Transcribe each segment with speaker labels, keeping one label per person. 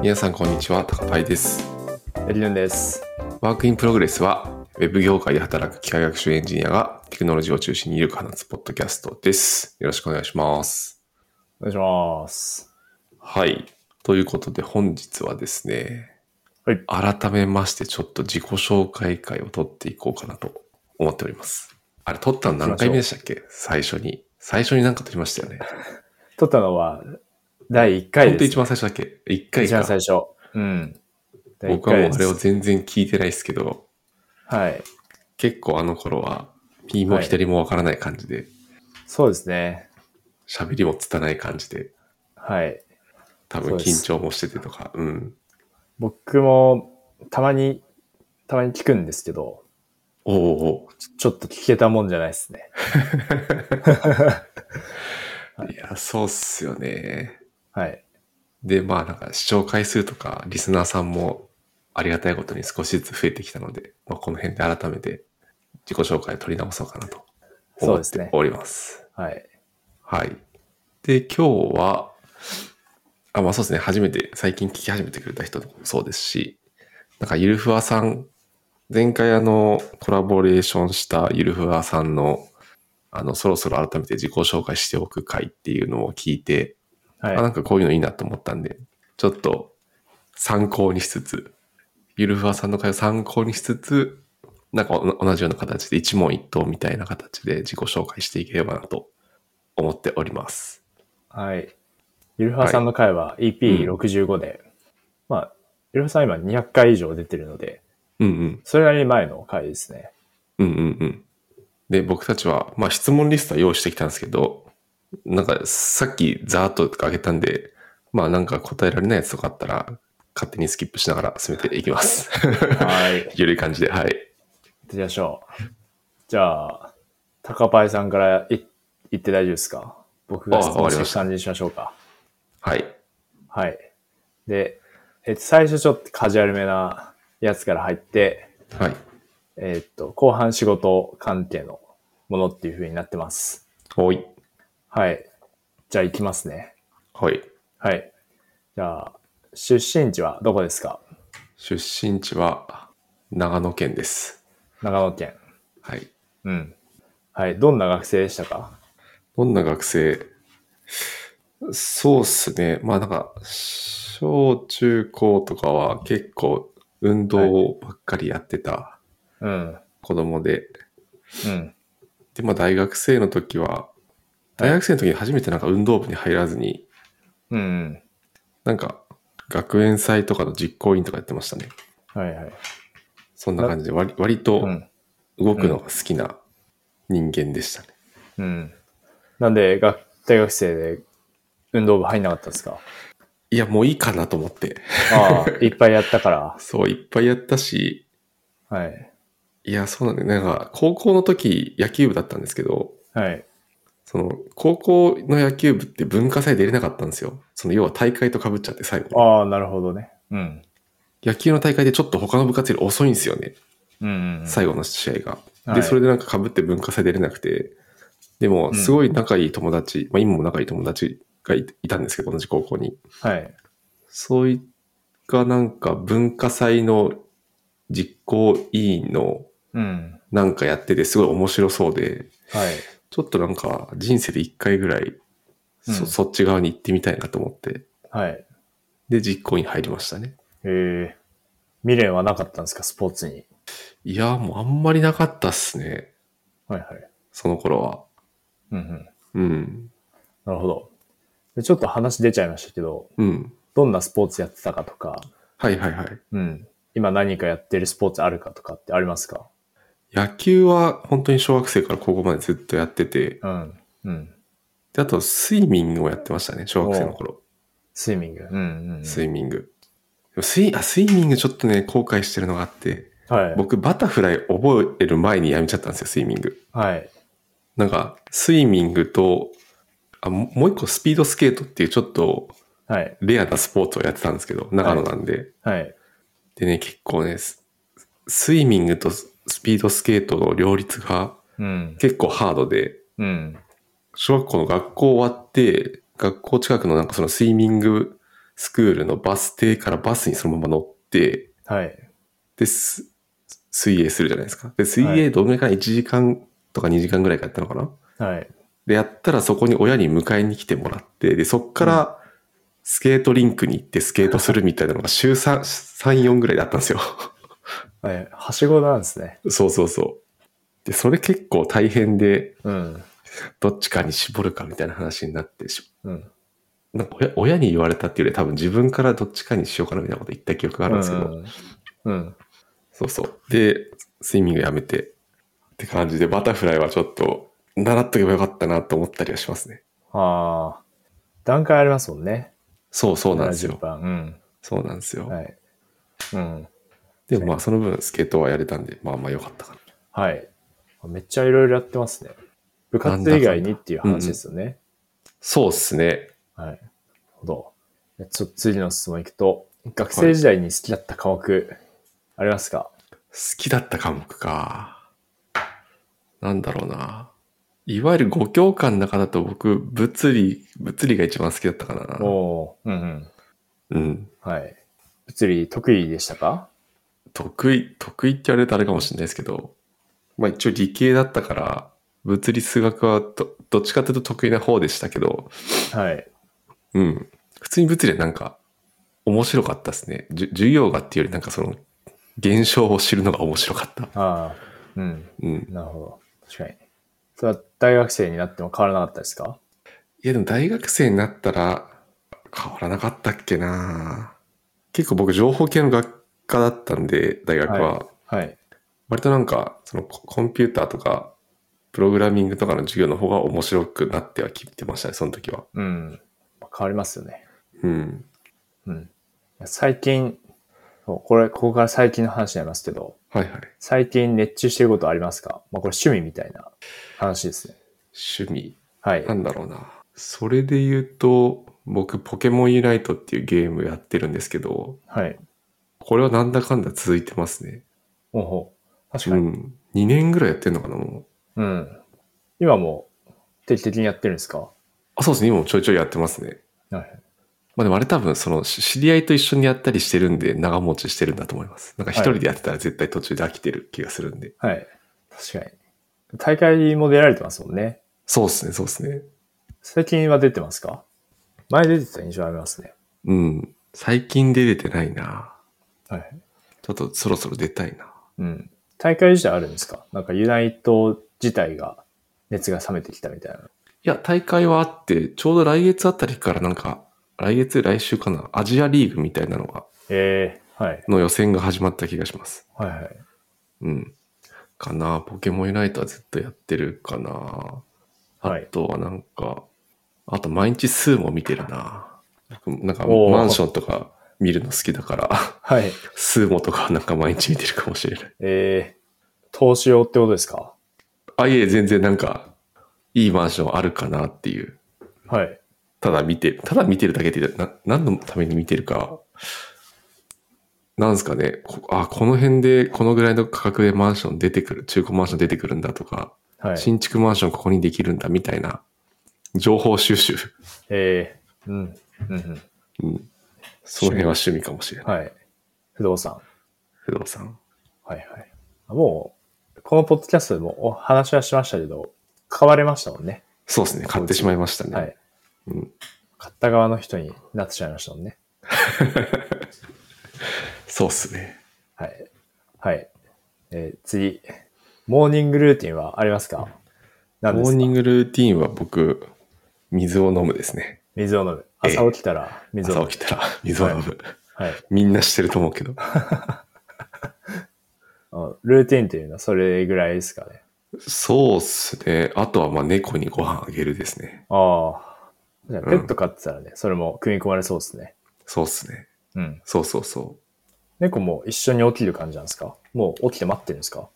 Speaker 1: 皆さんこんにちは、高パイです。
Speaker 2: エリルンです。
Speaker 1: ワークインプログレスは、ウェブ業界で働く機械学習エンジニアがテクノロジーを中心にゆるく話すポッドキャストです。よろしくお願いします。
Speaker 2: お願いします。
Speaker 1: はい。ということで本日はですね、
Speaker 2: はい
Speaker 1: 改めましてちょっと自己紹介会を取っていこうかなと思っております。あれ、取ったの何回目でしたっけ最初に。最初に何か取りましたよね。
Speaker 2: 撮ったのは、第1回
Speaker 1: 本当
Speaker 2: です。
Speaker 1: 一番最初だっけ ?1 回
Speaker 2: 一番
Speaker 1: か。
Speaker 2: 最初。うん。第一
Speaker 1: 僕はもうあ
Speaker 2: 回で
Speaker 1: れ
Speaker 2: す
Speaker 1: を全然聞いてないですけど、
Speaker 2: はい。
Speaker 1: 結構あの頃は、右も左もわからない感じで、
Speaker 2: そうですね。
Speaker 1: 喋、りも拙い感じで、
Speaker 2: はい。
Speaker 1: 多分
Speaker 2: そうで
Speaker 1: 緊
Speaker 2: す
Speaker 1: 張もしててとか、うん。
Speaker 2: 僕も、たまに、たまに聞くんですけど、
Speaker 1: おうおうお
Speaker 2: ちょちょっと聞けたもんじゃないですね。
Speaker 1: ういや、そうっすよね。
Speaker 2: はい。
Speaker 1: で、まあなんか視聴回数とか、リスナーさんもありがたいことに少しずつ増えてきたので、まあこの辺で改めて自己紹介を取り直そうかなと
Speaker 2: そう
Speaker 1: 思
Speaker 2: で
Speaker 1: っ
Speaker 2: すね
Speaker 1: ております。
Speaker 2: はい。
Speaker 1: はい。で、今日は、あ、まあそうですね、初めて、最近聞き始めてくれた人もそうですし、なんかゆるふわさん、前回あの、コラボレーションしたゆるふわさんの、あの、そろそろ改めて自己紹介しておく回っていうのを聞いて、あ、な
Speaker 2: は
Speaker 1: んかこういうのいいなと思ったんで、ちょっと参考にしつつ、ゆるふわさんの回を参考にしつつ、なんかお同じような形で一問一答みたいな形で自己紹介していければなと思っております。
Speaker 2: い。はい。ゆるふわさんの回は EP65 で、まあ、ゆるふわさん今200回以上出てるので、
Speaker 1: うんうん。
Speaker 2: それなりに前の回ですね。
Speaker 1: うんうんうん。で、僕たちは、まあ質問リストは用意してきたんですけど、なんかさっきざーっとあげたんで、まあなんか答えられないやつとかあったら、勝手にスキップしながら進めていきます。
Speaker 2: はい。
Speaker 1: ゆるい感じで、はい。
Speaker 2: 行ってみましょう。じゃあ、高パイさんからい言って大丈夫ですか僕が
Speaker 1: あ
Speaker 2: 質
Speaker 1: わ
Speaker 2: 問
Speaker 1: かり
Speaker 2: す
Speaker 1: ま
Speaker 2: る
Speaker 1: した
Speaker 2: 感じにしましょうか。
Speaker 1: はい。
Speaker 2: はい。で、えっと、最初ちょっとカジュアルめなやつから入って、
Speaker 1: はい。
Speaker 2: えっと、後半仕事関係のものっていう風になってます。
Speaker 1: おい。
Speaker 2: はい。じゃあ行きますね。
Speaker 1: はい。
Speaker 2: はい。じゃあ、出身地はどこですか
Speaker 1: 出身地は長野県です。
Speaker 2: 長野県。
Speaker 1: はい。
Speaker 2: うん。はい。どんな学生でしたか
Speaker 1: どんな学生そうっすね。まあなんか、小中高とかは結構運動ばっかりやってた
Speaker 2: うん。
Speaker 1: 子供で、
Speaker 2: うん。
Speaker 1: で、まあ大学生の時は、大学生の時に初めてなんか運動部に入らずに、
Speaker 2: うん。
Speaker 1: なんか学園祭とかの実行委員とかやってましたね。
Speaker 2: はいはい。
Speaker 1: そんな感じで割割と
Speaker 2: うん。
Speaker 1: 動くのが好きな人間でしたね。
Speaker 2: うん。なんで、学大学生で運動部入んなかったんですか
Speaker 1: いや、もういいかなと思って。
Speaker 2: ああ、 いっぱいやったから。
Speaker 1: そう、いっぱいやったし、
Speaker 2: はい。
Speaker 1: いや、そうなんだよ。なんか、高校の時、野球部だったんですけど、
Speaker 2: はい。
Speaker 1: その、高校の野球部って文化祭出れなかったんですよ。その、要は大会と被っちゃって、最後。
Speaker 2: ああ、なるほどね。うん。野
Speaker 1: 野球の大会でちょっと他の部活より遅いんですよね。
Speaker 2: うんうんうん。
Speaker 1: 最後の試合が。
Speaker 2: は
Speaker 1: で、
Speaker 2: い
Speaker 1: それでなんか被って文化祭出れなくて、でも、
Speaker 2: うん
Speaker 1: すごい仲いい友達、まあ、今も仲いい友達がいいたんですけど、同じ高校に。
Speaker 2: はい。
Speaker 1: そういった、なんか、文化祭の実行委員の
Speaker 2: うん。
Speaker 1: なんかやってて、すごい面白そうで、
Speaker 2: はい。
Speaker 1: ちょっとなんか人生で一回ぐらいそ,、
Speaker 2: うん
Speaker 1: そっち側に行ってみたいなと思って、
Speaker 2: はい。
Speaker 1: で、実行に入りましたね。
Speaker 2: えー、未練はなかったんですかスポーツに。
Speaker 1: いや、もうあんまりなかったっすね。
Speaker 2: はいはい。
Speaker 1: その頃は。
Speaker 2: うんうん。
Speaker 1: うん。
Speaker 2: なるほど。でちょっと話出ちゃいましたけど、
Speaker 1: うん。
Speaker 2: どんなスポーツやってたかとか、
Speaker 1: はいはいはい。
Speaker 2: うん。今何かやってるスポーツあるかとかってありますか
Speaker 1: 野球は本当に小学生から高校までずっとやってて、
Speaker 2: うん。うん。
Speaker 1: であとスイミングをやってましたね、小学生の頃。
Speaker 2: スイミング。うんうん、うん。
Speaker 1: スイミング。でもスイあスイミングちょっとね、後悔してるのがあって、
Speaker 2: はい。
Speaker 1: 僕バタフライ覚える前にやめちゃったんですよ、スイミング。
Speaker 2: はい。
Speaker 1: なんか、スイミングと、あももう一個スピードスケートっていうちょっと
Speaker 2: はい。
Speaker 1: レアなスポーツをやってたんですけど、長野なんで。
Speaker 2: はい。
Speaker 1: でね、結構ね、ススイミングとススピードスケートの両立が
Speaker 2: うん。
Speaker 1: 結構ハードで、
Speaker 2: うん。
Speaker 1: 小学校の学校終わって、学校近くのなんかそのスイミングスクールのバス停からバスにそのまま乗って、
Speaker 2: はい。
Speaker 1: で、す水泳するじゃないですか。で、水泳どのぐらいかな、1時間とか2時間ぐらいかやったのかな
Speaker 2: はい。
Speaker 1: で、やったらそこに親に迎えに来てもらって、で、そっからスケートリンクに行ってスケートするみたいなのが週3、3 4ぐらいだったんですよ。
Speaker 2: はい。はしごなんですね。
Speaker 1: そうそうそう。で、それ結構大変で、
Speaker 2: うん。
Speaker 1: どっちかに絞るかみたいな話になってし、
Speaker 2: うん。
Speaker 1: なんか親親に言われたっていうより多分自分からどっちかにしようかなみたいなこと言った記憶があるんですけど、
Speaker 2: うん。うん。
Speaker 1: そうそう。で、スイミングやめてって感じで、バタフライはちょっと習っとけばよかったなと思ったりはしますね。
Speaker 2: ああ。段階ありますもんね。
Speaker 1: そうそうなんです
Speaker 2: 70
Speaker 1: よ。
Speaker 2: 番。
Speaker 1: そうなんですよ。
Speaker 2: うん。はい。うん。
Speaker 1: でもまあその分スケートはやれたんで、まあまあ良かったかな。
Speaker 2: はい。めっちゃいろいろやってますね。部活以外にっていう話ですよね。
Speaker 1: そうっすね。
Speaker 2: はい。なるほど。じゃあちょっと次の質問いくと、学生時代に好きだった科目、ありますか、
Speaker 1: 好きだった科目か。なんだろうな。いわゆる5教科の中だと僕、物理、物理が一番好きだったか
Speaker 2: お
Speaker 1: な。
Speaker 2: おーうん
Speaker 1: う
Speaker 2: うん。
Speaker 1: ん。
Speaker 2: はい。物理得意でしたか
Speaker 1: 得意、得意って言われるとあれかもしれないですけど、まあ一応理系だったから、物理数学はどどっちかというと得意な方でしたけど、
Speaker 2: はい。
Speaker 1: うん。普通に物理はなんか面白かったですね。じゅ授業がっていうよりなんかその現象を知るのが面白かった。
Speaker 2: ああ、うん。
Speaker 1: うん。
Speaker 2: なるほど。確かに。それは大学生になっても変わらなかったですか
Speaker 1: いやでも大学生になったら変わらなかったっけな結構僕情報系の学科だったんで、大学は。
Speaker 2: はい。
Speaker 1: 割となんか、そのココンピューターとか、プログラミングとかの授業の方が面白くなってはきてましたね、その時は。
Speaker 2: うん。変わりますよね。
Speaker 1: うん。
Speaker 2: うん。最近、そうこれ、ここから最近の話になりますけど、
Speaker 1: はいはい。
Speaker 2: 最近熱中してることありますかまあこれ趣味みたいな話ですね。
Speaker 1: 趣味。
Speaker 2: はい
Speaker 1: な。んだろうな。それで言うと、僕、ポケモンユナイトっていうゲームやってるんですけど、
Speaker 2: はい。
Speaker 1: これはなんだかんだ続いてますね。
Speaker 2: おうほう確
Speaker 1: う
Speaker 2: かに。
Speaker 1: ん。2年ぐらいやってんのかな、もう。
Speaker 2: うん。今も定期的にやってるんですか
Speaker 1: あ、そうですね、今もちょいちょいやってますね。
Speaker 2: はい。
Speaker 1: まあでもあれ多分そのし知り合いと一緒にやったりしてるんで長持ちしてるんだと思います。なんか一人でやってたら絶対途中で飽きてる気がするんで。
Speaker 2: はい。確かに。大会も出られてますもんね。
Speaker 1: そうですね、そうですね。
Speaker 2: 最近は出てますか前出てた印象ありますね。
Speaker 1: うん。最近出れてないな。
Speaker 2: はい。
Speaker 1: ちょっとそろそろ出たいな。
Speaker 2: うん。大会自体あるんですかなんかユナイト自体が熱が冷めてきたみたいな。
Speaker 1: いや、大会はあって、ちょうど来月あたりからなんか、来月、来週かな、アジアリーグみたいなのが、
Speaker 2: ええはい。
Speaker 1: の予選が始まった気がします。
Speaker 2: はいはい。
Speaker 1: うん。かな。ポケモンユナイトはずっとやってるかな。あ
Speaker 2: はい
Speaker 1: とはなんか、あと毎日数も見てるな。なんか
Speaker 2: おー
Speaker 1: マンションとか見るの好きだから、
Speaker 2: はい。
Speaker 1: 数もとかはなんか毎日見てるかもしれない。
Speaker 2: ええ投資用ってことですか
Speaker 1: あ、いえ、全然なんか、いいマンションあるかなっていう。
Speaker 2: はい。
Speaker 1: ただ見てる、ただ見てるだけで、な何のために見てるか、なんですかね、こあ、この辺でこのぐらいの価格でマンション出てくる、中古マンション出てくるんだとか、
Speaker 2: はい。
Speaker 1: 新築マンションここにできるんだみたいな情報収集、
Speaker 2: ええうん。うんうん。
Speaker 1: うん、その辺は趣味かもしれない
Speaker 2: はい。不動産。
Speaker 1: 不動産
Speaker 2: はいはい。もう、このポッドキャストでもお話はしましたけど、買われましたもんね。
Speaker 1: そうですね買ってしまいましたね、
Speaker 2: はい。
Speaker 1: うん、
Speaker 2: 買った側の人になってしまいましたもんね。
Speaker 1: そうですね
Speaker 2: はい。はい。えー次。モーニングルーティンはありますか何です
Speaker 1: モー
Speaker 2: か
Speaker 1: ニングルーティーンは僕水を飲むですね
Speaker 2: 水を飲む。
Speaker 1: ええ
Speaker 2: 朝起きたら水を飲
Speaker 1: 朝
Speaker 2: む。
Speaker 1: 起きたら水を飲む、
Speaker 2: はい。
Speaker 1: みんなしてると思うけど
Speaker 2: あのルーティンっていうのはそれぐらいですかね。
Speaker 1: そうっすねあとはまあ猫にご飯あげるですね
Speaker 2: ああ。じゃあペット飼ってたらね、それも組み込まれそうですね。
Speaker 1: そうっすね
Speaker 2: うん。
Speaker 1: そうそうそう
Speaker 2: 猫も一緒に起きる感じなんですかもう起きて待ってるんですか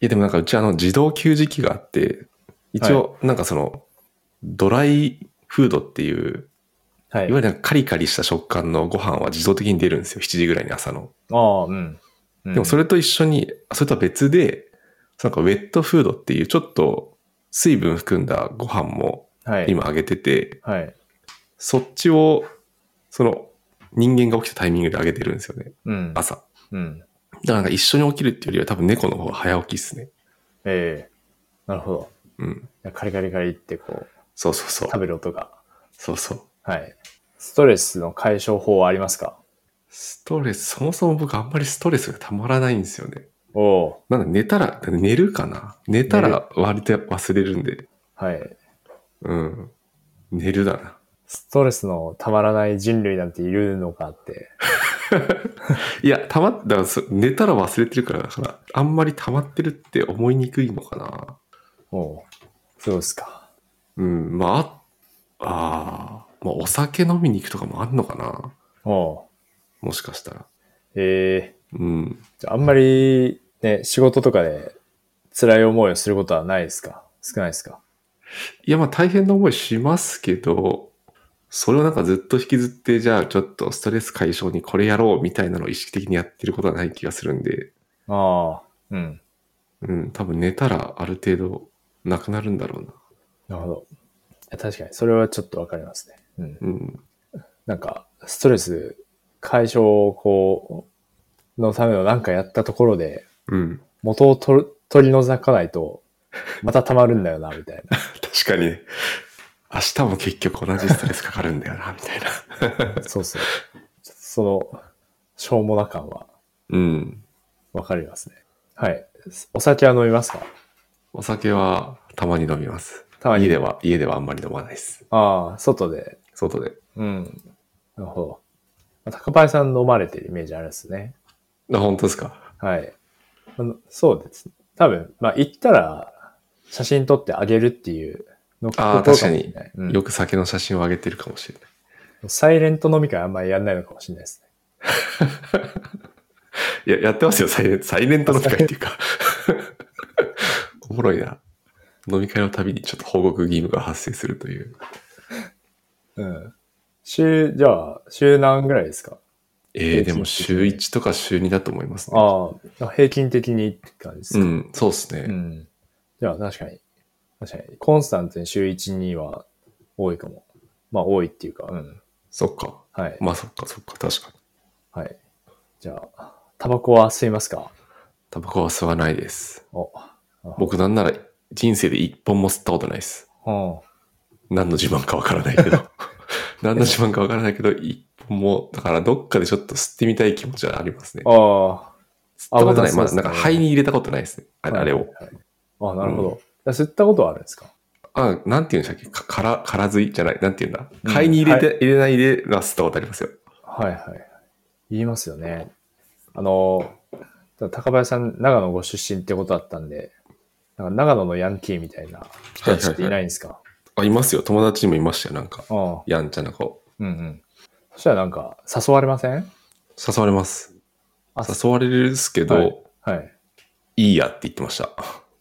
Speaker 1: いやでもなんかうちあの自動給餌器があって一応なんかそのドライフードっていう
Speaker 2: はい
Speaker 1: わゆるなんかカリカリした食感のご飯は自動的に出るんですよ。7時ぐらいに朝の。
Speaker 2: ああ、うん。で
Speaker 1: でもそ
Speaker 2: れ、
Speaker 1: れと一緒に、それとは別で、なんかウェットフードっていうちょっと水分含んだご飯も
Speaker 2: はい、。
Speaker 1: 今あげてて、
Speaker 2: はい。
Speaker 1: そっちを、その人間が起きたタイミングで上げてるんですよね。
Speaker 2: うん。
Speaker 1: 朝。だか
Speaker 2: うん。
Speaker 1: らなんか一緒に起きるっていうよりは多分猫の方が早起きっすね。
Speaker 2: ええなるほど。
Speaker 1: うん。
Speaker 2: いやカリカリカリってこう、
Speaker 1: そうそうそう。
Speaker 2: 食べる音が。
Speaker 1: そうそう。
Speaker 2: はい。ストレスの解消法はありますか
Speaker 1: ストレス、そもそも僕あんまりストレスがたまらないんですよね。
Speaker 2: おお
Speaker 1: なんだ、寝たら、寝るかな寝たら割と忘れるんで。
Speaker 2: うはい。
Speaker 1: うん。寝るだな。
Speaker 2: ストレスのたまらない人類なんているのかって。
Speaker 1: いや、たまっ、だからそ寝たら忘れてるから、だから、あんまり溜まってるって思いにくいのかな。
Speaker 2: おおうそうですか。
Speaker 1: うん、まあ、ああー、まあ、お酒飲みに行くとかもあんのかな。
Speaker 2: おお
Speaker 1: もしかしたら。
Speaker 2: うええ
Speaker 1: うん。
Speaker 2: じゃああんまり、ね、仕事とかで辛い思いをすることはないですか少ないですか
Speaker 1: いや、まあ大変な思いしますけど、それをなんかずっと引きずって、じゃあちょっとストレス解消にこれやろうみたいなのを意識的にやってることはない気がするんで、
Speaker 2: ああ、うん。
Speaker 1: うん、多分寝たらある程度なくなるんだろうな。
Speaker 2: なるほど。いや確かに、それはちょっとわかりますね。うん。
Speaker 1: うん。
Speaker 2: なんか、ストレス解消をこう、のためのなんかやったところで、
Speaker 1: うん。
Speaker 2: 元を取る取り除かないと、また溜まるんだよな、みたい
Speaker 1: 確かにね、明日も結局同じストレスかかるんだよな、みたいな。
Speaker 2: な。そうそう。ちょっとその、しょうもな感は
Speaker 1: うん。
Speaker 2: わかりますね。はい。お酒は飲みますか
Speaker 1: お酒はたまに飲みます。
Speaker 2: たまに
Speaker 1: 家では、家ではあんまり飲まないです。
Speaker 2: ああ、外で。
Speaker 1: 外で。
Speaker 2: うん。なるほど。高林さん飲まれてるイメージあるんですね。
Speaker 1: あ、本当ですか。
Speaker 2: はい。あのそうです。多分、まあ、行ったら、写真撮ってあげるっていうの
Speaker 1: ああ、
Speaker 2: こと
Speaker 1: 確か
Speaker 2: もし
Speaker 1: に
Speaker 2: れない。うん
Speaker 1: よく酒の写真を上げてるかもしれない。
Speaker 2: サイレント飲み会あんまりやんないのかもしれないですね。
Speaker 1: いや、やってますよ、サイレンサイレント飲み会っていう か。おもろいな。飲み会のたびにちょっと報告義務が発生するという。
Speaker 2: うん。週、じゃあ、週何ぐらいですか
Speaker 1: えー、
Speaker 2: 平均的に
Speaker 1: でも週1とか週2だと思いますね。
Speaker 2: ああ、平均的にって感じです
Speaker 1: う
Speaker 2: か。
Speaker 1: ん、そうです
Speaker 2: う
Speaker 1: ね。
Speaker 2: んじゃあ、確かに。確かに。コンスタントに週1、2は多いかも。まあ、多いっていうか、うん。
Speaker 1: そっか。
Speaker 2: はい。
Speaker 1: まあそっかそっか、確かに。
Speaker 2: はい。じゃあ、タバコは吸いますか
Speaker 1: タバコは吸わないです。
Speaker 2: お。
Speaker 1: 僕なんなら人生で1本も吸ったことないです。
Speaker 2: うん。
Speaker 1: 何の自慢かわからないけ ど。何の自慢かわからないけど、1本も、だからどっかでちょっと吸ってみたい気持ちはありますね。吸っ
Speaker 2: あ
Speaker 1: たことない。
Speaker 2: 危なそう
Speaker 1: まあ
Speaker 2: です
Speaker 1: な
Speaker 2: ね
Speaker 1: んか肺に入れたことないですね。
Speaker 2: あ。
Speaker 1: あれあれを。
Speaker 2: はいはいはい。あなるほど。吸ったことはあるんですか
Speaker 1: あ、なんて言うんでしたっけか、から、からずいじゃない、なんて言うんだ。
Speaker 2: うん
Speaker 1: 買いに入れて、
Speaker 2: は
Speaker 1: 入れないで、ラスったことありますよ。
Speaker 2: はいはいはい。言いますよね。あの、高林さん、長野ご出身ってことだったんで、なんか長野のヤンキーみたいな人たちっていないんですか、
Speaker 1: あ、いますよ。友達にもいましたよ、なんか。
Speaker 2: ああ
Speaker 1: やんちゃな子。
Speaker 2: うんうん。そしたらなんか、誘われません
Speaker 1: 誘われます。
Speaker 2: あ
Speaker 1: 誘われるですけど、、
Speaker 2: はいはい。
Speaker 1: いやって言ってました。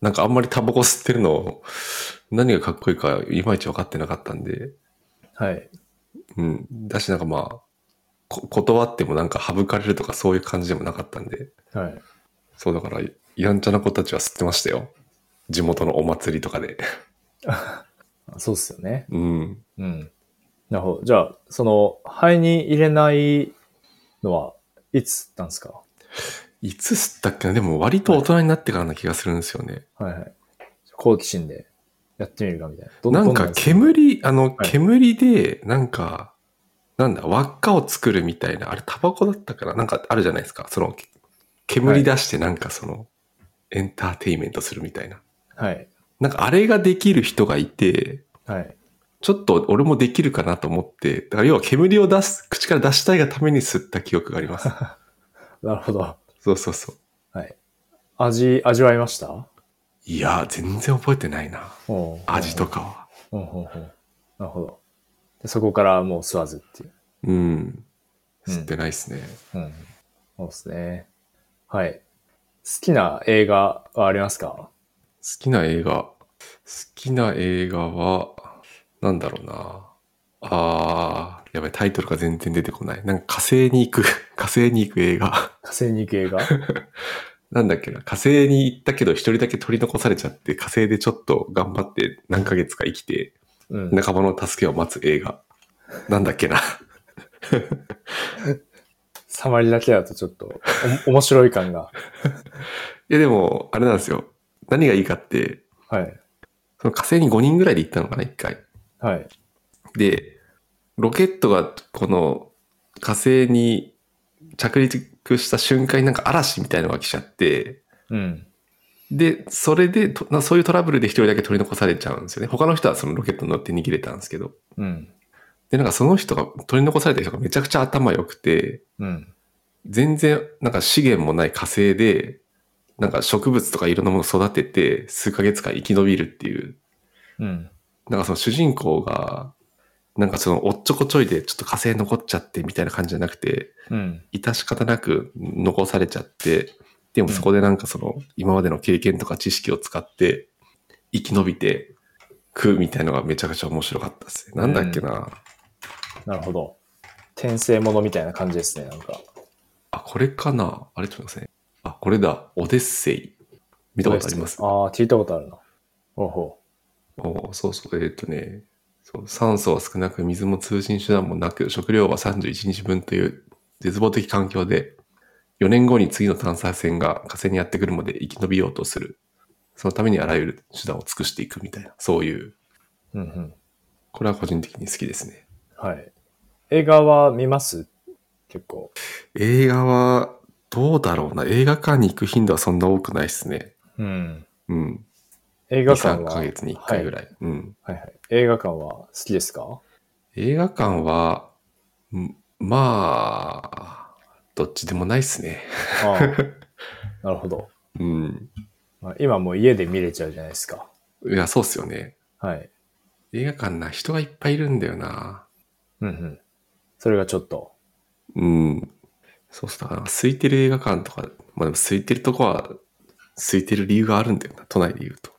Speaker 1: なんかあんまりタバコ吸ってるの、何がかっこいいか、いまいち分かってなかったんで。
Speaker 2: はい。
Speaker 1: うん。だし、なんかまあ、こ断ってもなんか省かれるとかそういう感じでもなかったんで。
Speaker 2: はい。
Speaker 1: そう、だから、やんちゃな子たちは吸ってましたよ。地元のお祭りとかで。
Speaker 2: そうっすよね。
Speaker 1: うん。
Speaker 2: うん。なるほど。じゃあ、その、肺に入れないのは、いつなんですか
Speaker 1: いつ吸ったっけなでも割と大人になってからな気がするんですよね。
Speaker 2: はいはい。好奇心でやってみるかみたいな。ど
Speaker 1: なん
Speaker 2: ど
Speaker 1: か
Speaker 2: です
Speaker 1: 煙、あの、
Speaker 2: はい
Speaker 1: 煙で、なんか、なんだ、輪っかを作るみたいな、あれタバコだったから、なんかあるじゃないですか。その、け煙出してなんかその、エンターテインメントするみたいな。
Speaker 2: はい。
Speaker 1: なんかあれができる人がいて、
Speaker 2: はい。
Speaker 1: ちょっと俺もできるかなと思って、だから要は煙を出す、口から出したいがために吸った記憶があります。
Speaker 2: なるほど。
Speaker 1: そうそうそう。
Speaker 2: はい。味、味わいました
Speaker 1: いや、全然覚えてないな。
Speaker 2: おう
Speaker 1: 味とかは。
Speaker 2: うんうんうん。なるほど。でそこからもう吸わずっていう。
Speaker 1: うん。
Speaker 2: うん
Speaker 1: 吸ってないですね。
Speaker 2: うん。そうですね。はい。好きな映画はあります か
Speaker 1: 好きな映画。好きな映画は、なんだろうな。あー、やばい、タイトルが全然出てこない。なんか火星に行く、 火星に行く映画。
Speaker 2: 火星に行く映画
Speaker 1: なんだっけな、火星に行ったけど一人だけ取り残されちゃって、火星でちょっと頑張って何ヶ月か生きて、
Speaker 2: うん。
Speaker 1: 仲間の助けを待つ映画。なんだっけな。
Speaker 2: サマリだけだとちょっと、お面白い感が。
Speaker 1: いやでも、あれなんですよ。何がいいかって、
Speaker 2: はい。
Speaker 1: その火星に5人ぐらいで行ったのかな、1回。
Speaker 2: はい。
Speaker 1: で、ロケットがこの火星に着陸した瞬間になんか嵐みたいのが来ちゃって、
Speaker 2: うん。
Speaker 1: で、それでと、なそういうトラブルで一人だけ取り残されちゃうんですよね。他の人はそのロケットに乗って逃げれたんですけど。
Speaker 2: うん。
Speaker 1: で、なんかその人が、取り残された人がめちゃくちゃ頭良くて、
Speaker 2: うん。
Speaker 1: 全然なんか資源もない火星で、なんか植物とかいろんなものを育てて、数ヶ月間生き延びるっていう、
Speaker 2: うん。
Speaker 1: なんかその主人公が、なんかそのおっちょこちょいでちょっと火星残っちゃってみたいな感じじゃなくて、
Speaker 2: うん。
Speaker 1: 致し方なく残されちゃって、でもそこでなんかその今までの経験とか知識を使って生き延びてくみたいのがめちゃくちゃ面白かったですね。なんだっけな、
Speaker 2: なるほど。転生ものみたいな感じですね、なんか。
Speaker 1: あ、これかなあれちょっと待ってください。あ、これだ。オデッセイ。見たことあります
Speaker 2: ああ、聞いたことあるな。おうほ
Speaker 1: おそうそう、えーっ、とねそう、酸素は少なく、水も通信手段もなく、食料は31日分という絶望的環境で、4年後に次の探査船が火星にやってくるまで生き延びようとする。そのためにあらゆる手段を尽くしていくみたいな、そういう、
Speaker 2: う。うんうん。
Speaker 1: これは個人的に好きですね。
Speaker 2: はい。映画は見ます結構。
Speaker 1: 映画は、どうだろうな。映画館に行く頻度はそんな多くないですね。
Speaker 2: うん。
Speaker 1: うん。
Speaker 2: 映
Speaker 1: 2、
Speaker 2: 画館
Speaker 1: 3
Speaker 2: は。
Speaker 1: ヶ月に1回ぐらい。うん。
Speaker 2: はい、はいはい。映画館は好きですか
Speaker 1: 映画館は、んまあ、どっちでもないっすね。
Speaker 2: あ あ。なるほど。
Speaker 1: うん。
Speaker 2: まあ、今もう家で見れちゃうじゃないですか。
Speaker 1: いや、そうっすよね。
Speaker 2: はい。
Speaker 1: 映画館な、人がいっぱいいるんだよな。
Speaker 2: うんうん。それがちょっと。
Speaker 1: うん。そうっすだから、空いてる映画館とか、まあでも空いてるとこは、空いてる理由があるんだよな、都内で言うと。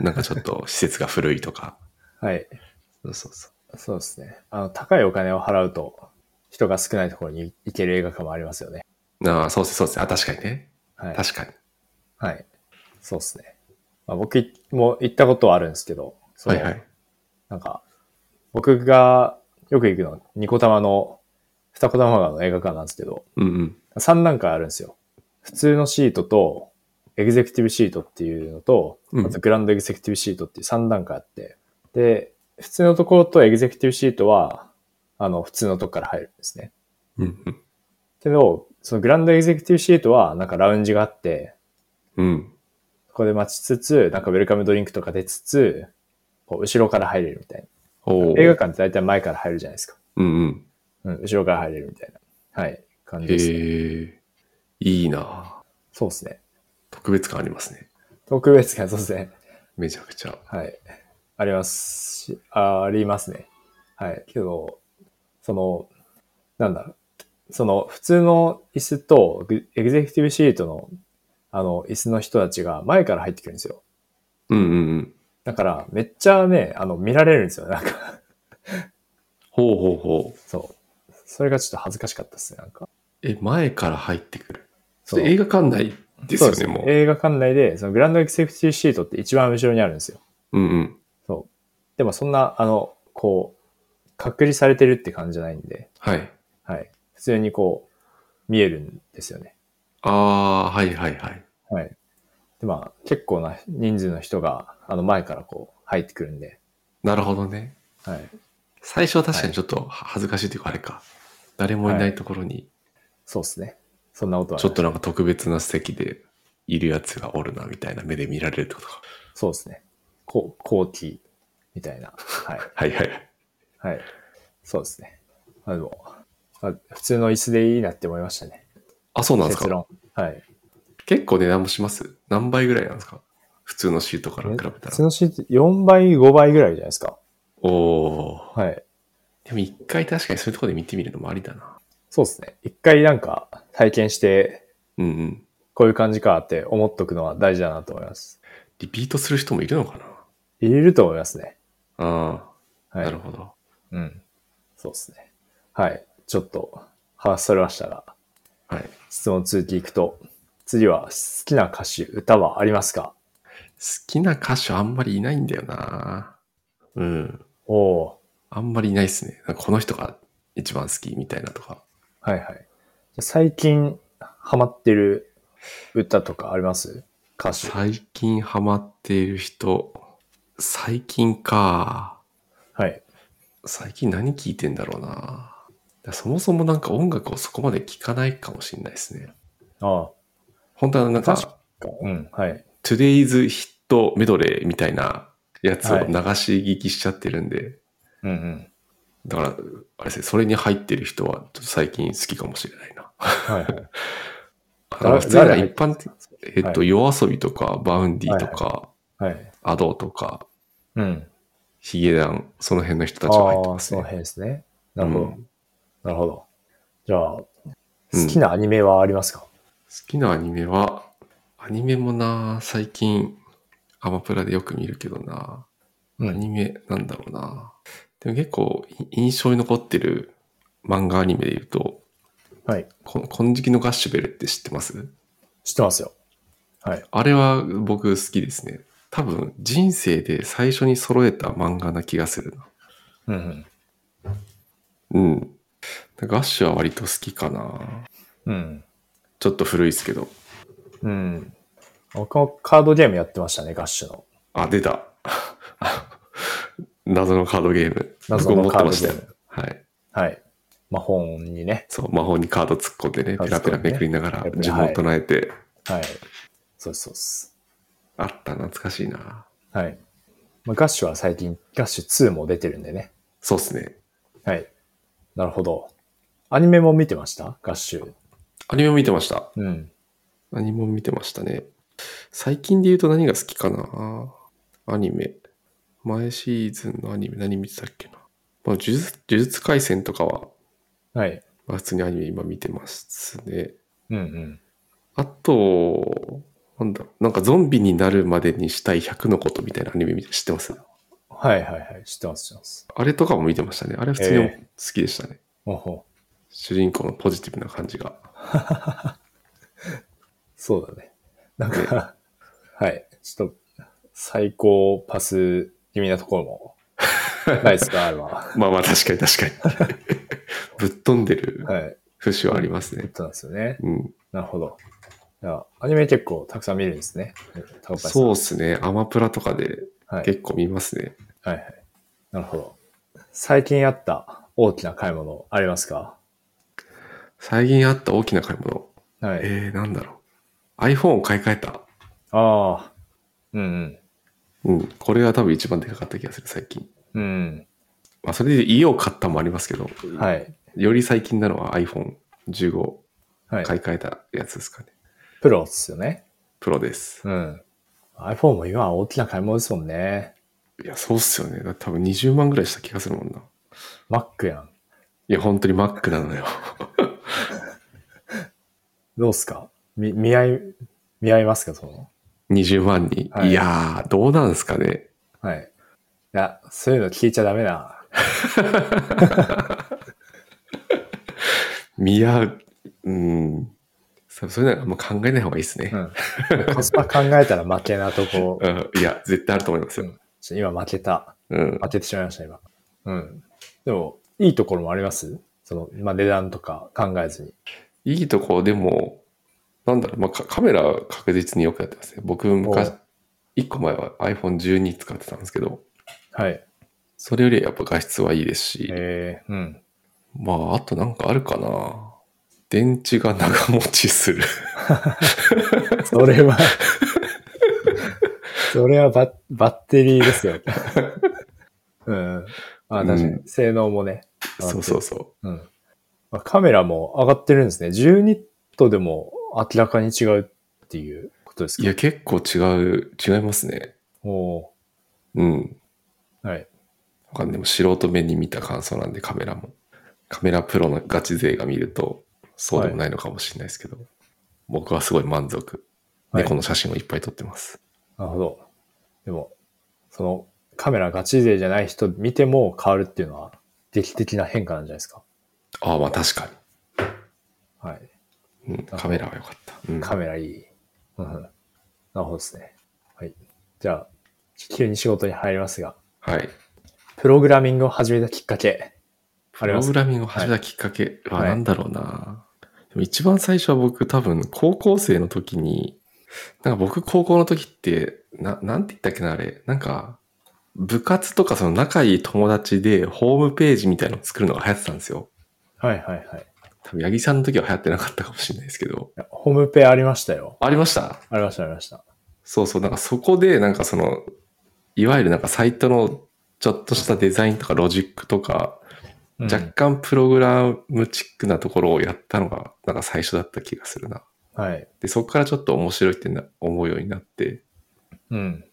Speaker 1: なんかちょっ と施設が古いとか。
Speaker 2: はい。
Speaker 1: そうそうそう。
Speaker 2: そうですね。あの、高いお金を払うと、人が少ないところに行ける映画館もありますよね。
Speaker 1: ああ、そうっすね、そうっすね。あ、確かにね。
Speaker 2: はい。
Speaker 1: 確かに。
Speaker 2: はい。そうですね。まあ、僕いも行ったことはあるんですけど、そ
Speaker 1: は
Speaker 2: の
Speaker 1: いはい。
Speaker 2: なんか、僕がよく行くのは、ニコ玉の、二子玉川の映画館なんですけど、
Speaker 1: うんうん。
Speaker 2: 3段階あるんですよ。普通のシートと、エグゼクティブシートっていうのと、
Speaker 1: うん
Speaker 2: あとグランドエグゼクティブシートっていう3段階あって、で、普通のところとエグゼクティブシートは、あの、普通のとこから入るんですね。
Speaker 1: うんうん。
Speaker 2: けど、そのグランドエグゼクティブシートは、なんかラウンジがあって、
Speaker 1: うん。
Speaker 2: そこで待ちつつ、なんかウェルカムドリンクとか出つつ、こう後ろから入れるみたい
Speaker 1: お
Speaker 2: な。映画
Speaker 1: ー
Speaker 2: 館って大体前から入るじゃないですか。
Speaker 1: うんうん。
Speaker 2: うん、後ろから入れるみたいな。はい、感じです。
Speaker 1: へえ、いいな
Speaker 2: そうですね。
Speaker 1: 特別感ありますね。
Speaker 2: 特別感、そうですね。
Speaker 1: めちゃくちゃ。
Speaker 2: はい。ありますし、あありますね。はい。けど、その、なんだろう。その、普通の椅子と、グエグゼクティブシートの、あの、椅子の人たちが前から入ってくるんですよ。
Speaker 1: うんうんうん。
Speaker 2: だから、めっちゃね、あの、見られるんですよ。なんか、
Speaker 1: ほうほうほう。
Speaker 2: そう。それがちょっと恥ずかしかったですね、なんか。
Speaker 1: え、前から入ってくる。そ
Speaker 2: そう
Speaker 1: れ映画館内です
Speaker 2: そう
Speaker 1: よね、もう。
Speaker 2: 映画館内で、そのグランドエグゼクティブシートって一番後ろにあるんですよ。
Speaker 1: うんうん。
Speaker 2: そう。でもそんな、あの、こう、隔離されてるって感じじゃないんで、
Speaker 1: はい。
Speaker 2: はい。普通にこう、見えるんですよね。
Speaker 1: ああ、はいはいはい。
Speaker 2: はい。で、まあ、結構な人数の人が、あの、前からこう、入ってくるんで、
Speaker 1: なるほどね。
Speaker 2: はい。
Speaker 1: 最初は確かにちょっと恥ずかしいというか、あれか。誰もいないところに、
Speaker 2: そうですね。そんなことは、
Speaker 1: ちょっと。なんか特別な席でいるやつがおるな、みたいな目で見られるってことか。
Speaker 2: そうですね。こう、コーティーみたいな。はい。
Speaker 1: はいはい。
Speaker 2: はい。そうですね。まあでも、まあ、普通の椅子でいいなって思いましたね。
Speaker 1: あ、そうなんです
Speaker 2: 結
Speaker 1: か
Speaker 2: 論。はい。
Speaker 1: 結構値段もします何倍ぐらいなんですか普通のシートから比べ
Speaker 2: 普
Speaker 1: た
Speaker 2: 通
Speaker 1: ら。
Speaker 2: のシート4倍、5倍ぐらいじゃないですか。
Speaker 1: おお
Speaker 2: はい。
Speaker 1: ー。でも一回確かにそういうところで見てみるのもありだな。
Speaker 2: そうですね。一回なんか体験して、
Speaker 1: うんうん。
Speaker 2: こういう感じかって思っとくのは大事だなと思います。
Speaker 1: リピートする人もいるのかな
Speaker 2: 入れると思いますね。
Speaker 1: ああ、
Speaker 2: はい。
Speaker 1: なるほど。
Speaker 2: うん。そうですね。はい。ちょっと話されましたが、
Speaker 1: はい。
Speaker 2: 質問続きいくと、次は好きな歌手、歌はありますか
Speaker 1: 好きな歌手あんまりいないんだよな。うん。
Speaker 2: おお
Speaker 1: あんまりいないですね。なんかこの人が一番好きみたいなとか。
Speaker 2: はいはい。じゃあ最近ハマってる歌とかあります歌手。
Speaker 1: 最近ハマっている人、最近か。
Speaker 2: はい。
Speaker 1: 最近何聞いてんだろうな。そもそもなんか音楽をそこまで聴かないかもしれないですね。
Speaker 2: あ
Speaker 1: 本当はなん
Speaker 2: 確
Speaker 1: か、
Speaker 2: あ。うん。はい。
Speaker 1: Today's ヒットメドレーみたいなやつを
Speaker 2: はい
Speaker 1: 流し聞きしちゃってるんで、
Speaker 2: うんうん。
Speaker 1: だから、あれですね、それに入ってる人はちょっと最近好きかもしれないな。
Speaker 2: はいはい。
Speaker 1: あの普通には一般的、えっと、
Speaker 2: は
Speaker 1: 夜遊びとか、バウンディとか、
Speaker 2: はい。
Speaker 1: アドーとか、
Speaker 2: うん。
Speaker 1: ヒゲダン、その辺の人たちが入って
Speaker 2: ああ、
Speaker 1: ます
Speaker 2: その
Speaker 1: ね。
Speaker 2: 辺ですね。
Speaker 1: う
Speaker 2: なる
Speaker 1: ん
Speaker 2: ほど。
Speaker 1: 好
Speaker 2: なるほど。じゃあ、好きなアニメはありますか、
Speaker 1: きなアニメは、アニメもな、最近、アマプラでよく見るけどな、
Speaker 2: うん
Speaker 1: アニメなんだろうな。でも結構い印象に残ってる漫画アニメで言うと、
Speaker 2: はい。
Speaker 1: こ金色のガッシュベルって知ってます
Speaker 2: 知ってますよ。はい。
Speaker 1: あれは僕好きですね。多分人生で最初に揃えた漫画な気がするな。
Speaker 2: うんうん。
Speaker 1: うん。ガッシュは割と好きかな。
Speaker 2: うん。
Speaker 1: ちょっと古いですけど。
Speaker 2: うん。僕もカードゲームやってましたね、ガッシュの。
Speaker 1: あ、出た。 謎のカードゲーム。
Speaker 2: 謎のカー
Speaker 1: 僕も持って
Speaker 2: ドゲーム
Speaker 1: ましたよはい。
Speaker 2: はい。魔法にね。
Speaker 1: そう、魔法にカード突っ込んでね、
Speaker 2: カー
Speaker 1: ペ
Speaker 2: ド突
Speaker 1: ラペラ
Speaker 2: っ込んでね
Speaker 1: めくりながら
Speaker 2: ペラペラ
Speaker 1: 呪文を唱えて、
Speaker 2: はい。そうです、そうです。
Speaker 1: あった、懐かしいな。
Speaker 2: はい。まあ、ガッシュは最近、ガッシュ2も出てるんでね。
Speaker 1: そうっすね。
Speaker 2: はい。なるほど。アニメも見てましたガッシュ。
Speaker 1: アニメも見てました。
Speaker 2: うん。
Speaker 1: アニメも見てましたね。最近で言うと何が好きかなアニメ。前シーズンのアニメ何見てたっけな。まあ、呪術呪術廻戦とかは、
Speaker 2: はい。
Speaker 1: まあ普通にアニメ今見てますね。
Speaker 2: うんうん。
Speaker 1: あと、なんだろう。なんかゾンビになるまでにしたい100のことみたいなアニメ見て知ってます
Speaker 2: はいはいはい。知ってます、知ってます。
Speaker 1: あれとかも見てましたね。あれ普通に好
Speaker 2: え
Speaker 1: きでしたね。
Speaker 2: おほ。
Speaker 1: 主人公のポジティブな感じが。
Speaker 2: そうだね。なんか、はい。ちょっと、最高パス気味なところも、ないですか、あれは。
Speaker 1: まあまあ確かに確かに。 ぶっ飛んでる
Speaker 2: はい。
Speaker 1: 節はあります
Speaker 2: 言っ
Speaker 1: ね。
Speaker 2: たんですよね。
Speaker 1: うん。
Speaker 2: なるほど。いや、アニメ結構たくさん見るんですね。タオパイさん
Speaker 1: そうですね。アマプラとかで
Speaker 2: はい。
Speaker 1: 結構見ますね。
Speaker 2: はいはい。なるほど。最近あった大きな買い物ありますか
Speaker 1: 最近あった大きな買い物。
Speaker 2: はい。
Speaker 1: えー、なんだろう。iPhone を買い替えた。
Speaker 2: ああ。うん
Speaker 1: うん。これが多分一番でかかった気がする、最近。
Speaker 2: うん。うん
Speaker 1: まあ、それで家を買ったもありますけど、
Speaker 2: うん。はい。
Speaker 1: より最近なのは iPhone15
Speaker 2: はい。
Speaker 1: 買い替えたやつですかね。
Speaker 2: プロっすよね。
Speaker 1: プロです。
Speaker 2: うん。iPhone も今は大きな買い物ですもんね。
Speaker 1: いや、そうっすよね。だって多分20万ぐらいした気がするもんな。
Speaker 2: Mac やん。
Speaker 1: いや、本当に Mac なのよ。
Speaker 2: どうっすかみ、見合い、見合いますかその。
Speaker 1: 20万に。、
Speaker 2: はいい
Speaker 1: やー、どうなんですかね。
Speaker 2: はい。いや、そういうの聞いちゃダメな。
Speaker 1: 見合う。うん。そうそういうのはあんま考えない方がいいですね。
Speaker 2: うん。 コスパ考えたら負けなとこ。
Speaker 1: うんいや、絶対あると思いますよ。
Speaker 2: ちょ今負けた。
Speaker 1: うん。
Speaker 2: 当ててしまいました、今。うん。でも、いいところもありますその、まあ、値段とか考えずに。
Speaker 1: いいとこ、でも、なんだろう、まあ、カカメラ確実によくやってますね。僕、昔
Speaker 2: お、
Speaker 1: 1個前は iPhone12 使ってたんですけど、
Speaker 2: はい。
Speaker 1: それよりはやっぱ画質はいいですし、
Speaker 2: えー、うん。
Speaker 1: まあ、あとなんかあるかな。電池が長持ちす る。
Speaker 2: それは、 それはババッテリーです よ。うん。あ、確か
Speaker 1: う
Speaker 2: に。性能もね。。
Speaker 1: そうそうそう
Speaker 2: うん。まあ、カメラも上がってるんですね。12とでも明らかに違うっていうことです
Speaker 1: う。
Speaker 2: か
Speaker 1: いや、結構違う、違いますね。
Speaker 2: お
Speaker 1: うん。
Speaker 2: ーはい。
Speaker 1: わかんないでも素人目に見た感想なんで、カメラも。カメラプロのガチ勢が見ると、そうでもないのかもしれないですけど、僕はすごい満足。
Speaker 2: はい
Speaker 1: 猫の写真をいっぱい撮ってます。
Speaker 2: なるほど。でも、その、カメラガチ勢じゃない人見ても変わるっていうのは、劇的な変化なんじゃないですか。
Speaker 1: ああ、まあ確か
Speaker 2: はい。
Speaker 1: に。うん、カメラは良かった。うん、
Speaker 2: カメラいい。うん。なるほどですね。はい。じゃあ、急に仕事に入りますが、
Speaker 1: はい。
Speaker 2: プログラミングを始めたきっかけ。
Speaker 1: プ
Speaker 2: りま
Speaker 1: ロ
Speaker 2: す
Speaker 1: グラミングを始めたきっかけは何だろうな、でも一番最初は僕多分高校生の時に、なんか僕高校の時って、な、なんて言ったっけなあれ、なんか、部活とかその仲いい友達でホームページみたいなのを作るのが流行ってたんですよ。
Speaker 2: はいはいはい。い
Speaker 1: 多分八木さんの時は流行ってなかったかもしれないですけど。
Speaker 2: やホームペありましたよ。
Speaker 1: ありました
Speaker 2: ありましたありました。
Speaker 1: そうそう、なんかそこでなんかその、いわゆるなんかサイトのちょっとしたデザインとかロジックとか、
Speaker 2: うん
Speaker 1: 若干プログラムチックなところをやったのが、なんか最初だった気がするな。
Speaker 2: はい。
Speaker 1: で、そこからちょっと面白いってな思うようになって、
Speaker 2: うん。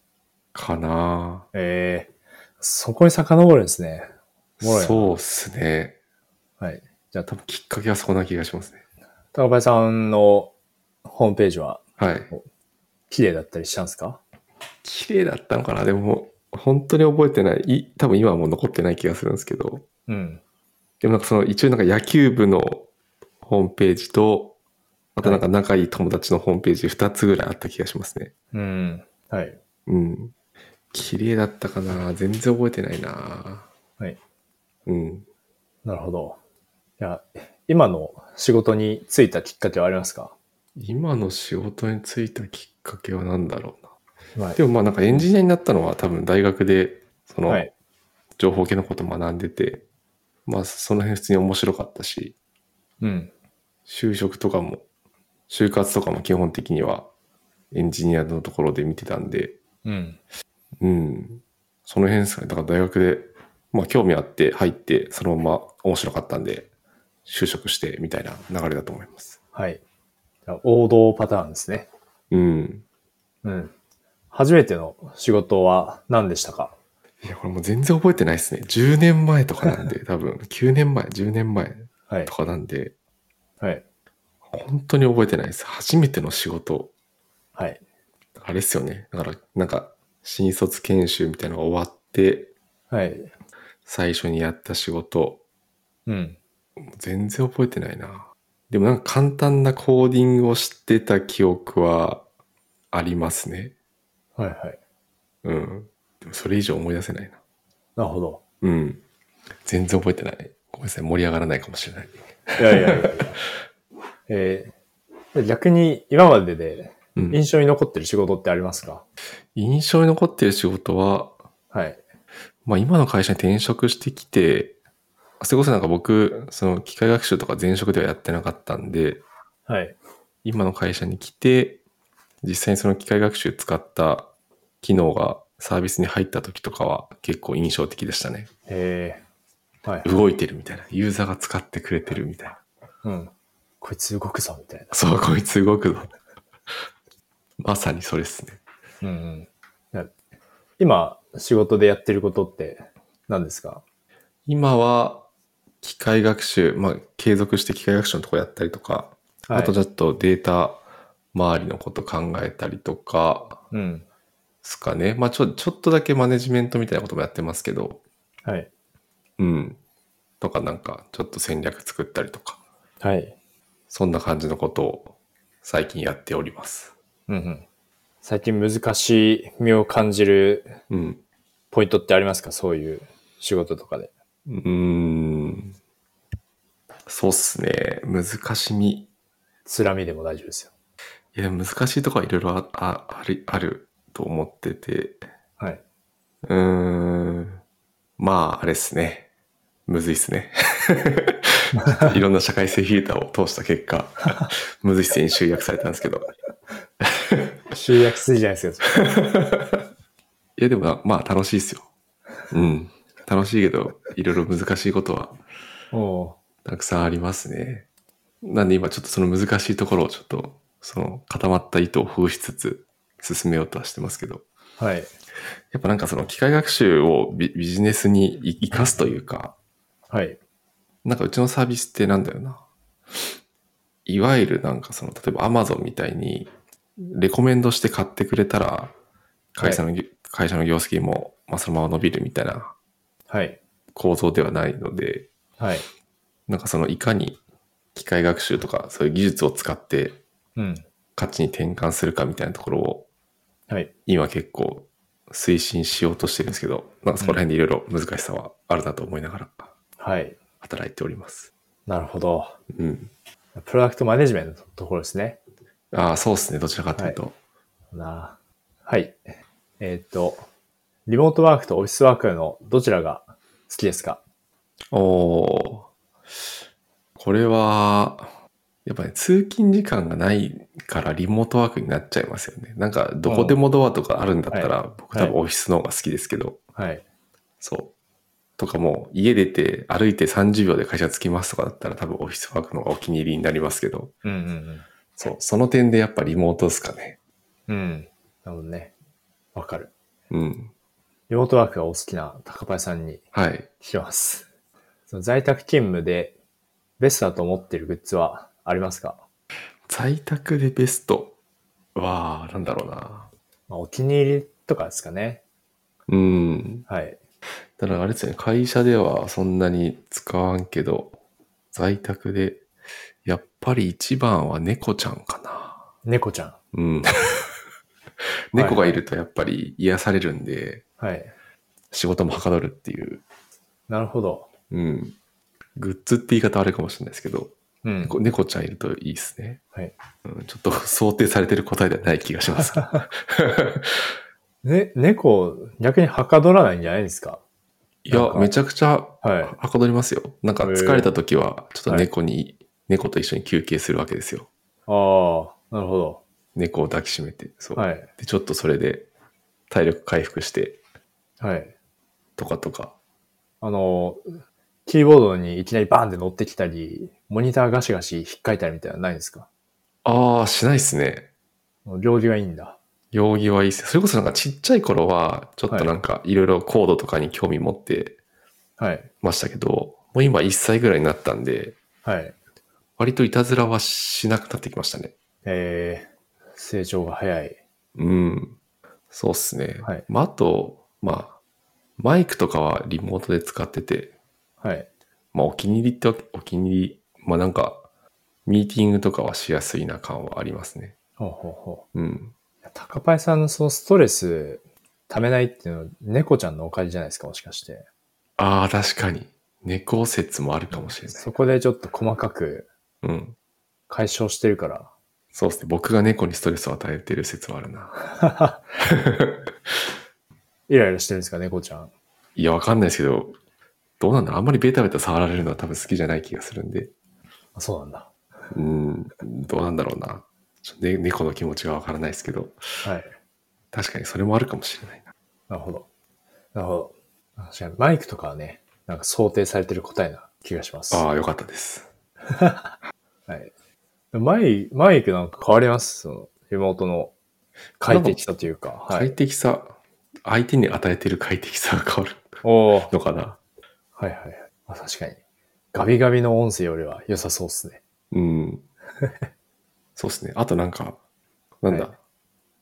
Speaker 1: かな
Speaker 2: ええそこに遡るんですね。おもろいな
Speaker 1: そうっすね。
Speaker 2: はい。じゃあ、
Speaker 1: 多
Speaker 2: た
Speaker 1: 分きっかけはそこな気がしますね。
Speaker 2: 高林さんのホームページは
Speaker 1: はい。
Speaker 2: 綺麗だったりしたんですか
Speaker 1: 綺麗だったのかなでも、本当に覚えてない。い多分今はもう残ってない気がするんですけど。
Speaker 2: うん。
Speaker 1: でもなんかその、一応なんか野球部のホームページと、あとなんか仲いい友達のホームページ2つぐらいあった気がしますね。
Speaker 2: うん。はい。
Speaker 1: うん。綺麗だったかな全然覚えてないな
Speaker 2: はい。
Speaker 1: うん。
Speaker 2: なるほど。いや、今の仕事に就いたきっかけはありますか
Speaker 1: 今の仕事に就いたきっかけは何だろう
Speaker 2: は
Speaker 1: な。
Speaker 2: い
Speaker 1: で。もまあなんかエンジニアになったのは多分大学でその
Speaker 2: はい。
Speaker 1: 情報系のこと学んでて、まあその辺普通に面白かったし、
Speaker 2: うん。
Speaker 1: 就職とかも、就活とかも基本的にはエンジニアのところで見てたんで、
Speaker 2: うん。
Speaker 1: うん。その辺ですかね。だから大学で、まあ興味あって入って、そのまま面白かったんで、就職してみたいな流れだと思います。
Speaker 2: はい。じゃあ王道パターンですね。
Speaker 1: うん。
Speaker 2: うん。初めての仕事は何でしたか
Speaker 1: いや、これもう全然覚えてないですね。10年前とかなんで、多分、9年前、10年前
Speaker 2: はい
Speaker 1: と。かなんで、
Speaker 2: はい。
Speaker 1: 本当に覚えてないです。初めての仕事、
Speaker 2: はい。
Speaker 1: あれですよね。だから、なんか、新卒研修みたいなのが終わって、
Speaker 2: はい。
Speaker 1: 最初にやった仕事、
Speaker 2: うん。
Speaker 1: 全然覚えてないな。でもなんか簡単なコーディングをしてた記憶はありますね。
Speaker 2: はいはい。
Speaker 1: うん。でもそれ以上思い出せないな。
Speaker 2: なるほど。
Speaker 1: うん。全然覚えてない。ごめんなさい。盛り上がらないかもしれない。
Speaker 2: いやいやい や。えー逆に今までで
Speaker 1: うん
Speaker 2: 印象に残ってる仕事ってありますか、
Speaker 1: 印象に残ってる仕事は、
Speaker 2: はい。
Speaker 1: まあ今の会社に転職してきて、それこそなんか僕、その機械学習とか前職ではやってなかったんで、
Speaker 2: はい。
Speaker 1: 今の会社に来て、実際にその機械学習使った機能がサービスに入った時とかは結構印象的でしたね。
Speaker 2: えーはい。
Speaker 1: 動いてるみたいな。ユーザーが使ってくれてるみたいな。
Speaker 2: うん。こいつ動くぞ、みたい
Speaker 1: そう、こいつ動くぞ。 まさにそれですね。
Speaker 2: な。うんうんいや。今、仕事でやってることって何ですか
Speaker 1: 今は機械学習、まあ継続して機械学習のとこやったりとか、
Speaker 2: はい
Speaker 1: あとちょっとデータ周りのこと考えたりとか、
Speaker 2: うん。
Speaker 1: ですかね。まあちょ、ちょっとだけマネジメントみたいなこともやってますけど、
Speaker 2: はい。
Speaker 1: うん。とかなんか、ちょっと戦略作ったりとか、
Speaker 2: はい。
Speaker 1: そんな感じのことを最近やっております。
Speaker 2: うんうん。最近難しみを感じる
Speaker 1: うん。
Speaker 2: ポイントってありますかそういう仕事とかで。
Speaker 1: うーん。そうっすね。難しみ。
Speaker 2: つらみでも大丈夫ですよ。
Speaker 1: いや、難しいとこはいろいろああある、あると思ってて、
Speaker 2: はい。
Speaker 1: うーん。まあ、あれっすね。むずいっすね。いろんな社会性フィルターを通した結果、むずいっすねに集約されたんですけど。
Speaker 2: 集約するじゃないですか。
Speaker 1: いや、でもな、まあ楽しいですよ。うん。楽しいけど、いろいろ難しいことは
Speaker 2: おー
Speaker 1: たくさんありますね。なんで今ちょっとその難しいところをちょっと、その固まった意図をほぐしつつ進めようとはしてますけど、
Speaker 2: はい。
Speaker 1: やっぱなんかその機械学習をビビジネスに生かすというか、
Speaker 2: はい。
Speaker 1: なんかうちのサービスってなんだよな。いわゆるなんかその、例えば Amazon みたいに、レコメンドして買ってくれたら、会社のぎ、会社の業績も、まあ、そのまま伸びるみたいな
Speaker 2: はい。
Speaker 1: 構造ではないので、
Speaker 2: はい。
Speaker 1: なんかそのいかに機械学習とかそういう技術を使って
Speaker 2: うん。
Speaker 1: 価値に転換するかみたいなところを
Speaker 2: はい。
Speaker 1: 今結構推進しようとしてるんですけど、なんかそこら辺でいろいろ難しさはあるなと思いながら。
Speaker 2: はい。
Speaker 1: 働いております。
Speaker 2: なるほど。
Speaker 1: うん。
Speaker 2: プロダクトマネジメントのところですね。
Speaker 1: ああ、そうですね。どちらかというと。
Speaker 2: なはい。えーっと、リモートワークとオフィスワークのどちらが好きですか
Speaker 1: おおーこれは、やっぱり、通勤時間がないからリモートワークになっちゃいますよね。なんか、どこでもドアとかあるんだったら、僕多分オフィスの方が好きですけど、
Speaker 2: はい。
Speaker 1: そう。とかもう、家出て歩いて30秒で会社着きますとかだったら多分オフィスワークの方がお気に入りになりますけど、
Speaker 2: うんうん
Speaker 1: そう。その点でやっぱリモートですかね。
Speaker 2: うん。うん。なるほどね。わかる。
Speaker 1: うん。
Speaker 2: リモートワークがお好きな高林さんに
Speaker 1: はい。
Speaker 2: 聞きます。 その在宅勤務でベストだと思ってるグッズはありますか、
Speaker 1: 在宅でベストは、なんだろうな。
Speaker 2: まあ、お気に入りとかですかね。
Speaker 1: うん。
Speaker 2: はい。
Speaker 1: ただあれですよね、会社ではそんなに使わんけど、在宅で、やっぱり一番は猫ちゃんかな。
Speaker 2: 猫ちゃん。
Speaker 1: うん。猫がいるとやっぱり癒されるんで、
Speaker 2: はい。
Speaker 1: 仕事もはかどるっていう、
Speaker 2: なるほど。
Speaker 1: うん。グッズって言い方あれかもしれないですけど、
Speaker 2: うん。
Speaker 1: 猫猫ちゃんいるといいですね。
Speaker 2: はい。
Speaker 1: うん、ちょっと 想定されてる答えではない気がし ますけど。
Speaker 2: ね、猫、逆にはかどらないんじゃないですか
Speaker 1: い
Speaker 2: なん
Speaker 1: や、
Speaker 2: か
Speaker 1: めちゃくちゃ
Speaker 2: はい。
Speaker 1: はかどりますよ。なんか
Speaker 2: へえ
Speaker 1: 疲れた時は、ちょっと猫に、猫と一緒に休憩するわけですよ。
Speaker 2: ああ、なるほ
Speaker 1: 猫を抱きしめて、そ
Speaker 2: ど。
Speaker 1: う。
Speaker 2: はい。
Speaker 1: で、ちょっとそれで体力回復して、
Speaker 2: はい。
Speaker 1: とかとか。
Speaker 2: あの、キーボードにいきなりバーンって乗ってきたり、モニターガシガシ引っかいたりみたいなのないんですか
Speaker 1: ああ、しないっすね。
Speaker 2: 料理がいいんだ。
Speaker 1: 容疑はいいっすね。それこそなんかちっちゃい頃は、ちょっ
Speaker 2: は
Speaker 1: と
Speaker 2: い
Speaker 1: なんかいろいろコードとかに興味持って
Speaker 2: はい。
Speaker 1: ましたけど、もう今1歳ぐらいになったんで、
Speaker 2: はい。
Speaker 1: 割といたずらはしなくなってきましたね。
Speaker 2: えー、成長が早い。
Speaker 1: うん。そうっすね。
Speaker 2: はい
Speaker 1: まあ、あと、まあ、マイクとかはリモートで使ってて、
Speaker 2: はい。
Speaker 1: まあ、お気に入りってわけお気に入り、まあなんか、ミーティングとかはしやすいな感はありますね。
Speaker 2: ほうほうほ
Speaker 1: うん。
Speaker 2: ういや。高パイさんのそのストレス、溜めないっていうのは、猫ちゃんのおかげじゃないですか、もしかして。
Speaker 1: ああ、確かに。猫説もあるかもしれない。
Speaker 2: そこでちょっと細かく
Speaker 1: うん。
Speaker 2: 解消してるから。
Speaker 1: そうですね。僕が猫にストレスを与えてる説はあるな。
Speaker 2: イライラしてるんですか、猫ちゃん。
Speaker 1: いや、わかんないですけど、どうなんだろうあんまりベタベタ触られるのは多分好きじゃない気がするんで。
Speaker 2: あそうなんだ。
Speaker 1: うん。どうなんだろうな。ちょっとね、猫の気持ちがわからないですけど、
Speaker 2: はい。
Speaker 1: 確かにそれもあるかもしれないな。
Speaker 2: なるほど。なるほど。確かに、マイクとかはね、なんか想定されてる答えな気がします。
Speaker 1: ああ、よかったです。
Speaker 2: はい。マイ、マイクなんか変わりますその、リモートの快適さというか。はい。
Speaker 1: 快適さ、相手に与えてる快適さが変わる
Speaker 2: おー
Speaker 1: のかな。
Speaker 2: はいはいはい。あ確かに。ガビガビの音声よりは良さそうですね。
Speaker 1: うん。そうですね。あとなんか、なんだ。
Speaker 2: は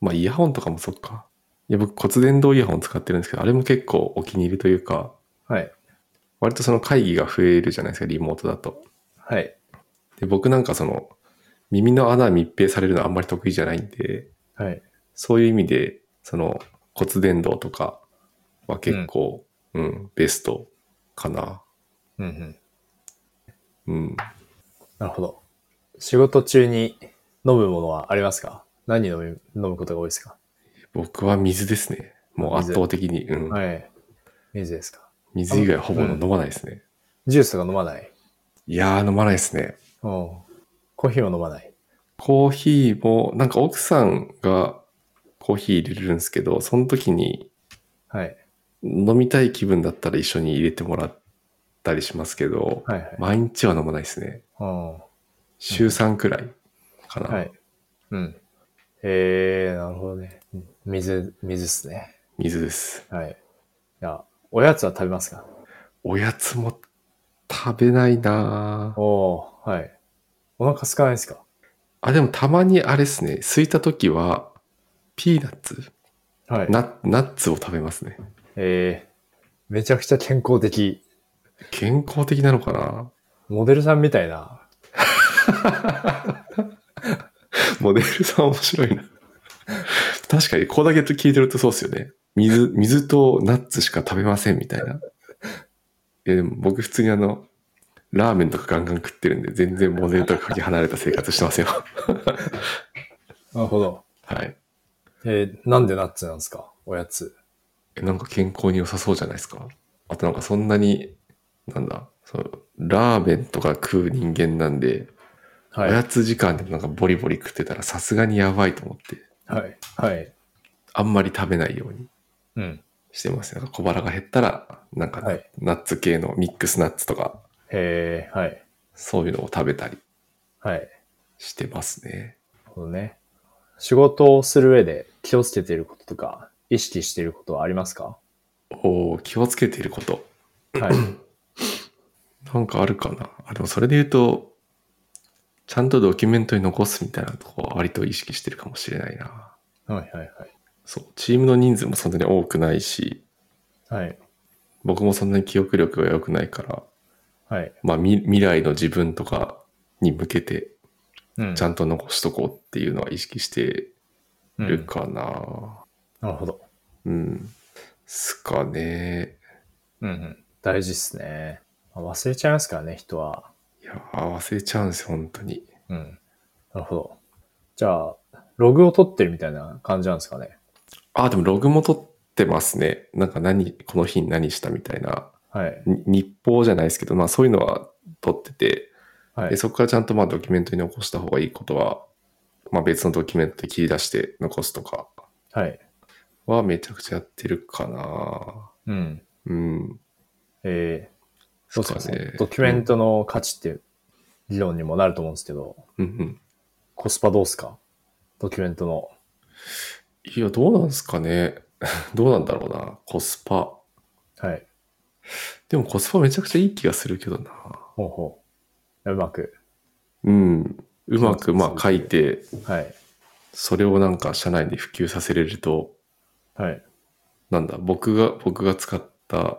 Speaker 1: まあ、イヤホンとかもそっか。いや、僕骨伝導イヤホン使ってるんですけど、あれも結構お気に入りというか、
Speaker 2: はい。
Speaker 1: 割とその会議が増えるじゃないですか、リモートだと。
Speaker 2: はい。
Speaker 1: で、僕なんかその、耳の穴密閉されるのあんまり得意じゃないんで、
Speaker 2: はい。
Speaker 1: そういう意味で、その骨伝導とかは結構、うん、ベストかな。
Speaker 2: うんうん。
Speaker 1: うん。
Speaker 2: なるほど。仕事中に飲むものはありますか何飲み、飲むことが多いですか
Speaker 1: 僕は水ですね。もう圧倒的に。うん。
Speaker 2: はい。水ですか
Speaker 1: 水以外ほぼ飲まないですね。
Speaker 2: ジュースが飲まない。
Speaker 1: いやー、飲まないですね。
Speaker 2: うん。コーヒーも飲まない。
Speaker 1: コーヒーも、なんか奥さんがコーヒー入れるんですけど、その時に
Speaker 2: はい。
Speaker 1: 飲みたい気分だったら一緒に入れてもらったりしますけど、
Speaker 2: はいはい。
Speaker 1: 毎日は飲まないですね。
Speaker 2: うん。
Speaker 1: 週3くらいかな。
Speaker 2: はい。うん。えー、なるほどね。うん水、水っすね。
Speaker 1: 水です。
Speaker 2: はい。いや、おやつは食べますか
Speaker 1: おやつも食べないなー
Speaker 2: おー、はい。お腹空かないですか
Speaker 1: あ、でもたまにあれですね、空いた時は、ピーナッツ
Speaker 2: はい。
Speaker 1: ナナッツを食べますね。
Speaker 2: えー、めちゃくちゃ健康的。
Speaker 1: 健康的なのかな
Speaker 2: モデルさんみたいな。
Speaker 1: モデルさん面白いな。確かに、ここだけ聞いてるとそうですよね。水、水とナッツしか食べませんみたいな。いやでも僕普通にあの、ラーメンとかガンガン食ってるんで、全然モデルとかかけ離れた生活してますよ。
Speaker 2: なるほど。
Speaker 1: はい。
Speaker 2: えーなんでナッツなんですかおやつ。
Speaker 1: えなんか健康に良さそうじゃないですか。あとなんかそんなに、なんだ、そのラーメンとか食う人間なんで、
Speaker 2: はい。
Speaker 1: お
Speaker 2: は
Speaker 1: や
Speaker 2: い。
Speaker 1: つ時間でもなんかボリボリ食ってたらさすがにやばいと思って、
Speaker 2: はい。
Speaker 1: あんまり食べないように
Speaker 2: うん。
Speaker 1: してます。なんか小腹が減ったら、なんか
Speaker 2: はい
Speaker 1: ナッツ系のミックスナッツとか、
Speaker 2: えー、はい。
Speaker 1: そういうのを食べたり
Speaker 2: はい。なる
Speaker 1: してますね。
Speaker 2: ほどね。仕事をする上で気をつけていることとか、意識していることはありますか
Speaker 1: おー気をつけていること。
Speaker 2: はい。
Speaker 1: なんかあるかな。あ、でもそれで言うと、ちゃんとドキュメントに残すみたいなとこは割と意識してるかもしれないな。
Speaker 2: はいはい
Speaker 1: そう、チームの人数もそんなに多くないし、
Speaker 2: はい。はい。
Speaker 1: 僕もそんなに記憶力が良くないから、
Speaker 2: はい。
Speaker 1: まあみ未来の自分とかに向けて
Speaker 2: うん
Speaker 1: ちゃんと残しとこうっていうのは意識して
Speaker 2: うん
Speaker 1: るかな。
Speaker 2: なるほど。
Speaker 1: うん。すかね。
Speaker 2: うんうん。大事っすね。まあ忘れちゃいますからね、人は。
Speaker 1: いやー、忘れちゃうんですよ、本当に。
Speaker 2: うん。なるほど。じゃあ、ログを取ってるみたいな感じなんですかね。
Speaker 1: あ、でもログも取ってますね。なんか何、この日に何したみたいな。
Speaker 2: はい。
Speaker 1: に日報じゃないですけど、まあそういうのは取ってて、
Speaker 2: は
Speaker 1: で
Speaker 2: い。
Speaker 1: そこからちゃんとまあドキュメントに残した方がいいことは、まあ、別のドキュメントで切り出して残すとか
Speaker 2: はい。
Speaker 1: はめちゃくちゃやってるかな。
Speaker 2: うん。
Speaker 1: うん。
Speaker 2: えー、そう
Speaker 1: っ
Speaker 2: ですね。ドキュメン。トの価値っていう理論にもなると思うんですけど、
Speaker 1: うんうんうん。
Speaker 2: コスパどうっすかドキュメントの。
Speaker 1: いや、どうなんですかね。 どうなんだろうな。コスパ。
Speaker 2: はい。
Speaker 1: でもコスパめちゃくちゃいい気がするけどな。
Speaker 2: ほうほう。うまく。
Speaker 1: うん。うまくまあ書いて、
Speaker 2: はい。
Speaker 1: それをなんか社内で普及させれると、
Speaker 2: はい。
Speaker 1: なんだ、僕が、僕が使った、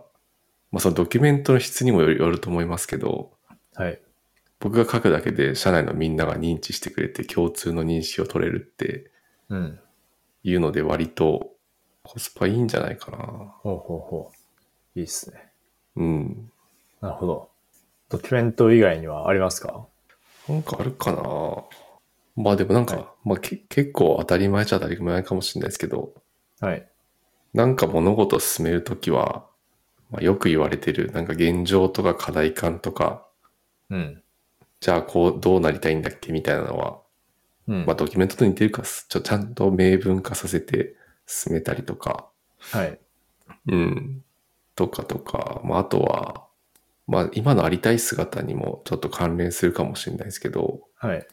Speaker 1: まあそのドキュメントの質にもよるよると思いますけど、
Speaker 2: はい。
Speaker 1: 僕が書くだけで社内のみんなが認知してくれて共通の認識を取れるって
Speaker 2: うん。
Speaker 1: いうので割とコスパいいんじゃないかな。
Speaker 2: ほうほうほう。いいっすね。
Speaker 1: うん。
Speaker 2: なるほど。ドキュメント以外にはありますか
Speaker 1: なんかあるかな。まあでもなんか、
Speaker 2: はい
Speaker 1: まあけ結構当たり前っちゃ当たり前かもしれないですけど、
Speaker 2: はい。
Speaker 1: なんか物事を進めるときは、まあ、よく言われてるなんか現状とか課題感とか、
Speaker 2: うん。
Speaker 1: じゃあこうどうなりたいんだっけみたいなのは、
Speaker 2: うん。
Speaker 1: まあドキュメントと似てるからすちょちゃんと明文化させて進めたりとか、
Speaker 2: はい。
Speaker 1: うん。とかとか、まあ、あとは、まあ、今のありたい姿にもちょっと関連するかもしれないですけど、
Speaker 2: はい。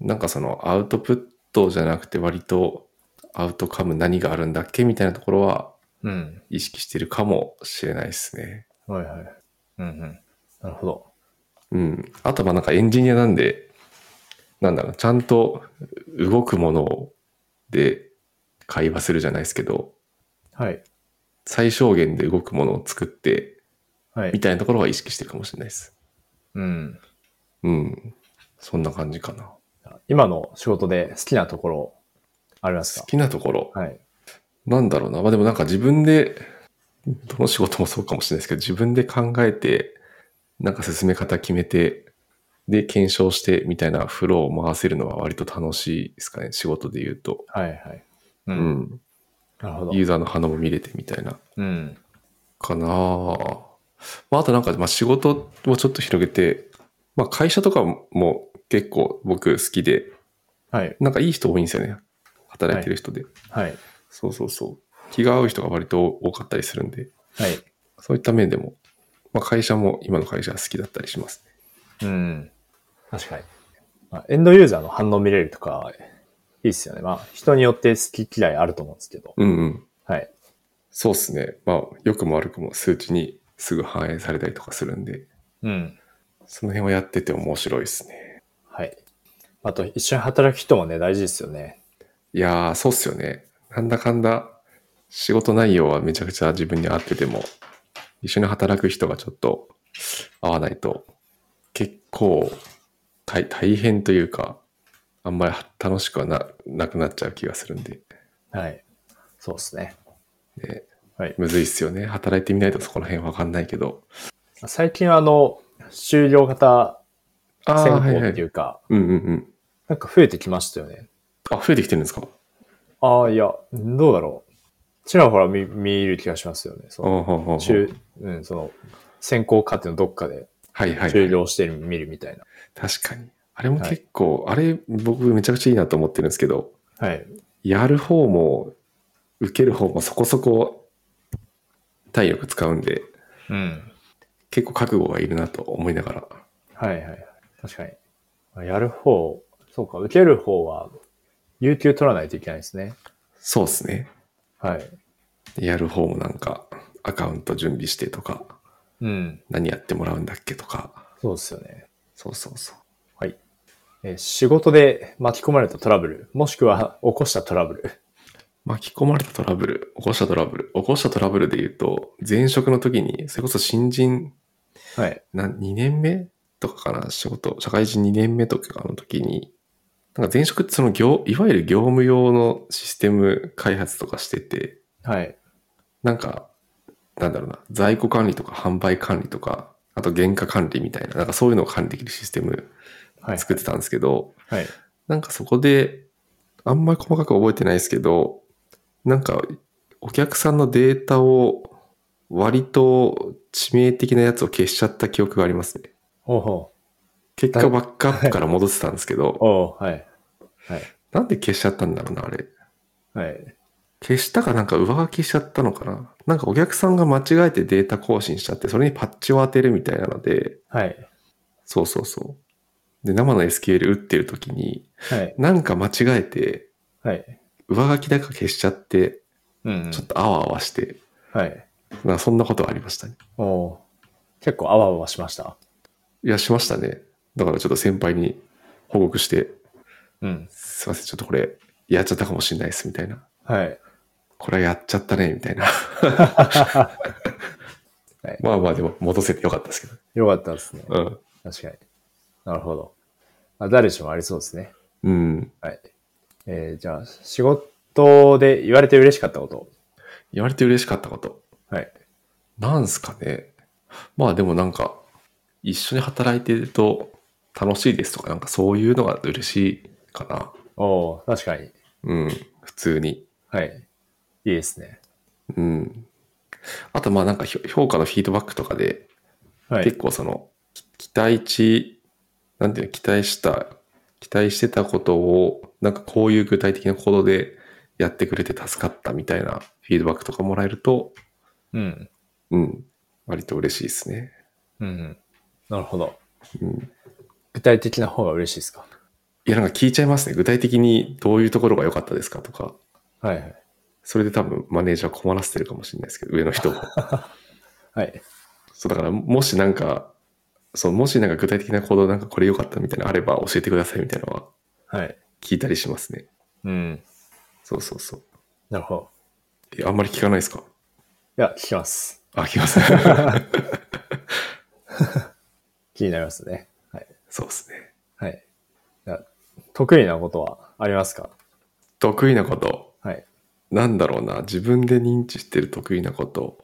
Speaker 1: なんかそのアウトプットじゃなくて割とアウトカム何があるんだっけみたいなところは
Speaker 2: うん。
Speaker 1: 意識してるかもしれないですね。
Speaker 2: はいはい。うんうん。なるほど。
Speaker 1: うん。あとまあなんかエンジニアなんで、なんだろう、ちゃんと動くものをで会話するじゃないですけど、
Speaker 2: はい。
Speaker 1: 最小限で動くものを作って、
Speaker 2: は
Speaker 1: み
Speaker 2: い。
Speaker 1: たいなところは意識してるかもしれないです。
Speaker 2: うん。
Speaker 1: うん。そんな感じかな。
Speaker 2: 今の仕事で好きなところあります
Speaker 1: 好きなところ
Speaker 2: か。はい。
Speaker 1: なんだろうな。まあでもなんか自分で、どの仕事もそうかもしれないですけど、自分で考えて、なんか進め方決めて、で、検証してみたいなフローを回せるのは割と楽しいですかね。仕事で言うと。
Speaker 2: はいはい。う。
Speaker 1: うんん。
Speaker 2: なるほど。
Speaker 1: ユーザーの反応も見れてみたいな。
Speaker 2: うん。
Speaker 1: かなまああとなんか、まあ仕事もちょっと広げて、まあ会社とかも結構僕好きで、
Speaker 2: はい。
Speaker 1: なんかいい人多いんですよね。働いてる人で。
Speaker 2: はい。
Speaker 1: そうそうそう。気が合う人が割と多かったりするんで、
Speaker 2: はい。
Speaker 1: そういった面でも、まあ、会社も今の会社は好きだったりしますね。
Speaker 2: うん。確かに。まあエンドユーザーの反応見れるとか、いいっすよね。まあ、人によって好き嫌いあると思うんですけど。
Speaker 1: うんうん。
Speaker 2: はい。
Speaker 1: そうっすね。まあ、良くも悪くも数値にすぐ反映されたりとかするんで、
Speaker 2: うん。
Speaker 1: その辺はやってて面白いですね。
Speaker 2: はい。あと、一緒に働く人もね、大事ですよね。
Speaker 1: いやー、そうっすよね。なんだかんだ、仕事内容はめちゃくちゃ自分に合ってても、一緒に働く人がちょっと合わないと、結構大大変というか、あんまり楽しくはななくなっちゃう気がするんで。
Speaker 2: はい。そうですね。
Speaker 1: ね、
Speaker 2: はい
Speaker 1: むずいっすよね。働いてみないとそこら辺わかんないけど。
Speaker 2: 最近はあの、終了型
Speaker 1: あ
Speaker 2: 選
Speaker 1: あ、
Speaker 2: 考
Speaker 1: はいは
Speaker 2: ってい
Speaker 1: い。
Speaker 2: うか、
Speaker 1: うんうんうん。
Speaker 2: なんか増えてきましたよね。
Speaker 1: あ、増えてきてるんですか
Speaker 2: ああ、いや、どうだろう。ちらほら見見る気がしますよね。そ
Speaker 1: ああ、
Speaker 2: の
Speaker 1: はあはあ
Speaker 2: 中うん、その選考過程のどっかで
Speaker 1: はいはいは
Speaker 2: 終
Speaker 1: い。
Speaker 2: 了してみるみたいな。
Speaker 1: 確かに。あれも結構、あれ僕めちゃくちゃいいなと思ってるんですけど、
Speaker 2: はい。
Speaker 1: やる方も、受ける方もそこそこ体力使うんで、
Speaker 2: うん。
Speaker 1: 結構覚悟がいるなと思いながら。
Speaker 2: はいはいはい。確かにまあ。やる方、そうか、受ける方は、有給取らないといけないですね。
Speaker 1: そうですね。
Speaker 2: はい。
Speaker 1: やる方もなんか、アカウント準備してとか、
Speaker 2: うん。
Speaker 1: 何やってもらうんだっけとか。
Speaker 2: そうですよね。
Speaker 1: そうそうそう。
Speaker 2: はい。えー仕事で巻き込まれたトラブル、もしくは起こしたトラブル。
Speaker 1: 巻き込まれたトラブル、起こしたトラブル、起こしたトラブルで言うと、前職の時に、それこそ新人
Speaker 2: はい。
Speaker 1: な2年目とかかな、仕事、社会人2年目とかの時に、なんか前職ってその業、いわゆる業務用のシステム開発とかしてて、
Speaker 2: はい。
Speaker 1: なんか、なんだろうな、在庫管理とか販売管理とか、あと原価管理みたいな、なんかそういうのを管理できるシステム
Speaker 2: はい。
Speaker 1: 作ってたんですけど、
Speaker 2: はい。
Speaker 1: なんかそこで、あんまり細かく覚えてないですけど、なんか、お客さんのデータを割と致命的なやつを消しちゃった記憶がありますね。
Speaker 2: ほうほ
Speaker 1: 結果バックアップから戻ってたんですけ
Speaker 2: う。
Speaker 1: ど、
Speaker 2: おうはい。はい。
Speaker 1: なんで消しちゃったんだろうな、あれ。
Speaker 2: はい。
Speaker 1: 消したかなんか上書きしちゃったのかな。なんかお客さんが間違えてデータ更新しちゃって、それにパッチを当てるみたいなので、
Speaker 2: はい。
Speaker 1: そうそうそう。で、生の SQL 打ってる時に、
Speaker 2: はい。
Speaker 1: なんか間違えて、
Speaker 2: はい。
Speaker 1: 上書きだけ消しちゃって、
Speaker 2: うんうん
Speaker 1: ちょっとあわあわして、
Speaker 2: はい。
Speaker 1: なんかそんなことはありましたね。
Speaker 2: おおう結構あわあわしました。
Speaker 1: いや、しましたね。だからちょっと先輩に報告して、
Speaker 2: うん。
Speaker 1: すいません、ちょっとこれ、やっちゃったかもしれないです、みたいな。
Speaker 2: はい。
Speaker 1: これはやっちゃったね、みたいな。
Speaker 2: はい
Speaker 1: まあまあ、でも戻せてよかったですけ
Speaker 2: よかったですね。
Speaker 1: ど。
Speaker 2: 確かに。なるほど。まあ、誰しもありそうですね。
Speaker 1: うん。うん。
Speaker 2: はい。えーじゃあ、仕事で言われて嬉しかったこと。
Speaker 1: 言われて嬉しかったこと。
Speaker 2: はい。
Speaker 1: なんすかね。まあでもなんか、一緒に働いてると楽しいですとか、なんかそういうのが嬉しいかな。
Speaker 2: おお確かに。
Speaker 1: うん。普通に。
Speaker 2: はい。いいですね。
Speaker 1: うん。あとまあなんかひょ評価のフィードバックとかで、
Speaker 2: は
Speaker 1: 結
Speaker 2: い。
Speaker 1: 構その、き期待値、なんていうの、期待した、期待してたことを、なんかこういう具体的な行動でやってくれて助かったみたいなフィードバックとかもらえると、
Speaker 2: うん。
Speaker 1: うん、割と嬉しいですね。
Speaker 2: うんうん。なるほど。
Speaker 1: うん。
Speaker 2: 具体的な方が嬉しいですか。
Speaker 1: いや、なんか聞いちゃいますね。具体的にどういうところが良かったですかとか、
Speaker 2: はいはい。
Speaker 1: それで多分マネージャー困らせてるかもしれないですけど、上の 人を。
Speaker 2: はい。
Speaker 1: そう、だからもしなんか、そう、もしなんか具体的な行動なんかこれ良かったみたいなのあれば教えてくださいみたいなのは
Speaker 2: はい。
Speaker 1: 聞いたりしますね。
Speaker 2: うん。
Speaker 1: そうそうそう。
Speaker 2: なるほど。
Speaker 1: えあんまり聞かないですか
Speaker 2: いや、聞きます。
Speaker 1: あ、聞きます。 ね
Speaker 2: 気になりますね。はい。
Speaker 1: そうですね。
Speaker 2: はい。いや得意なことはありますか
Speaker 1: 得意なこと。
Speaker 2: はい。
Speaker 1: なんだろうな。自分で認知してる得意なこと。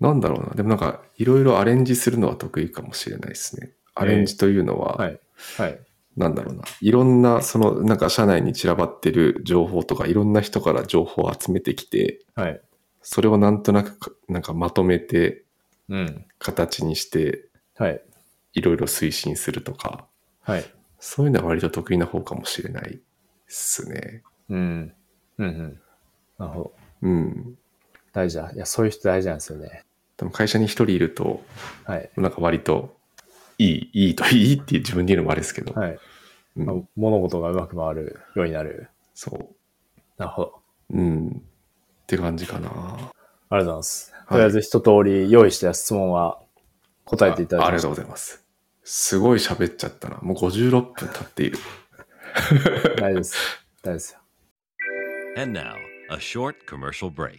Speaker 1: なんだろうな。でもなんか、いろいろアレンジするのは得意かもしれないですね。アレンジというのは、
Speaker 2: はい。はい。
Speaker 1: なんだろうな。いろんな、その、なんか社内に散らばってる情報とか、いろんな人から情報を集めてきて、
Speaker 2: はい。
Speaker 1: それをなんとなくか、なんかまとめて、
Speaker 2: うん。
Speaker 1: 形にして、
Speaker 2: はい。
Speaker 1: いろいろ推進するとか、
Speaker 2: はい。
Speaker 1: そういうのは割と得意な方かもしれないですね。
Speaker 2: うん。うんうん。なるほど。
Speaker 1: うん。
Speaker 2: 大事だ。いや、そういう人大事なんですよね。
Speaker 1: でも会社に一人いると、
Speaker 2: はい。
Speaker 1: なんか割と、いい、いいと、 いいって自分で言うのもあれですけど、
Speaker 2: はい。
Speaker 1: うん
Speaker 2: まあ物事がうまく回るようになる。
Speaker 1: そ
Speaker 2: なるほど。
Speaker 1: う。うん。って感じかな。
Speaker 2: ありがとうございます。
Speaker 1: い
Speaker 2: とりあえず一通り用意した質問は答えていた
Speaker 1: ああ
Speaker 2: だ
Speaker 1: りが
Speaker 2: きまし
Speaker 1: とうございます。すごい喋っちゃったな。もう56分経っている。
Speaker 2: た。大丈夫です。大丈夫ですよ。
Speaker 3: And now, a short commercial break.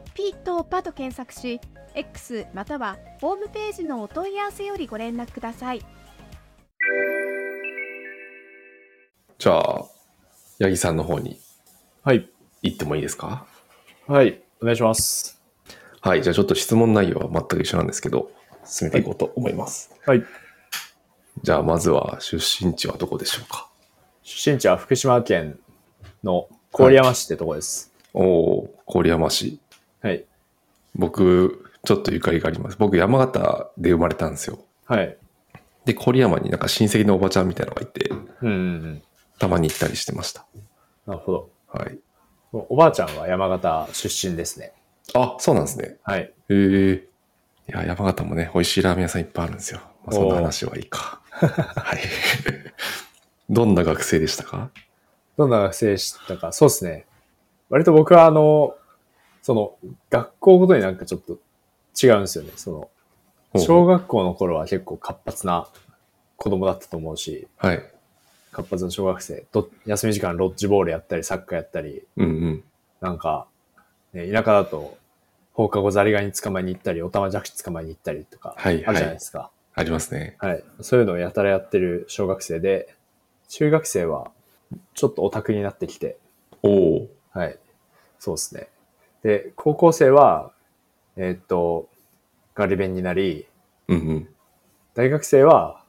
Speaker 4: 「ピットパ」と検索し X またはホームページのお問い合わせよりご連絡ください
Speaker 1: じゃあ、八木さんの方に
Speaker 2: はい。
Speaker 1: 行ってもいいですか
Speaker 2: はい。お願いします。
Speaker 1: はい。じゃあちょっと質問内容は全く一緒なんですけど、進めていこうと思います。
Speaker 2: はい。
Speaker 1: じゃあまずは出身地はどこでしょうか
Speaker 2: 出身地は福島県の郡山市ってとこです。
Speaker 1: おお郡山市。
Speaker 2: はい。
Speaker 1: 僕、ちょっとゆかりがあります。僕、山形で生まれたんですよ。
Speaker 2: はい。
Speaker 1: で、郡山になんか親戚のおばちゃんみたいなのがいて、
Speaker 2: うんうんうん。
Speaker 1: たまに行ったりしてました。
Speaker 2: なるほど。
Speaker 1: はい。
Speaker 2: おばあちゃんは山形出身ですね。
Speaker 1: あ、そうなんですね。
Speaker 2: はい。
Speaker 1: へえいや、山形もね、美味しいラーメン屋さんいっぱいあるんですよ。まあ、そんな話はいいか。 はい。どんな学生でしたか
Speaker 2: どんな学生でしたかそうですね。割と僕はあの、その、学校ごとになんかちょっと違うんですよね。その、小
Speaker 1: 学
Speaker 2: 学校の頃は結構活発な子供だったと思うし、
Speaker 1: はい。
Speaker 2: 活発な小学生、ど休み時間ロッジボールやったり、サッカーやったり、
Speaker 1: うんうん。
Speaker 2: なんか、ね、田舎だと放課後ザリガニ捕まえに行ったり、オタマジャクシ捕まえに行ったりとか、あ
Speaker 1: は
Speaker 2: る
Speaker 1: い
Speaker 2: じゃないですか。
Speaker 1: ありますね。
Speaker 2: はい。そういうのをやたらやってる小学生で、中学生はちょっとオタクになってきて、
Speaker 1: おお
Speaker 2: はい。そうですね。で、高校生は、えーっと、ガリ勉になり、
Speaker 1: うんうん。
Speaker 2: 大学生は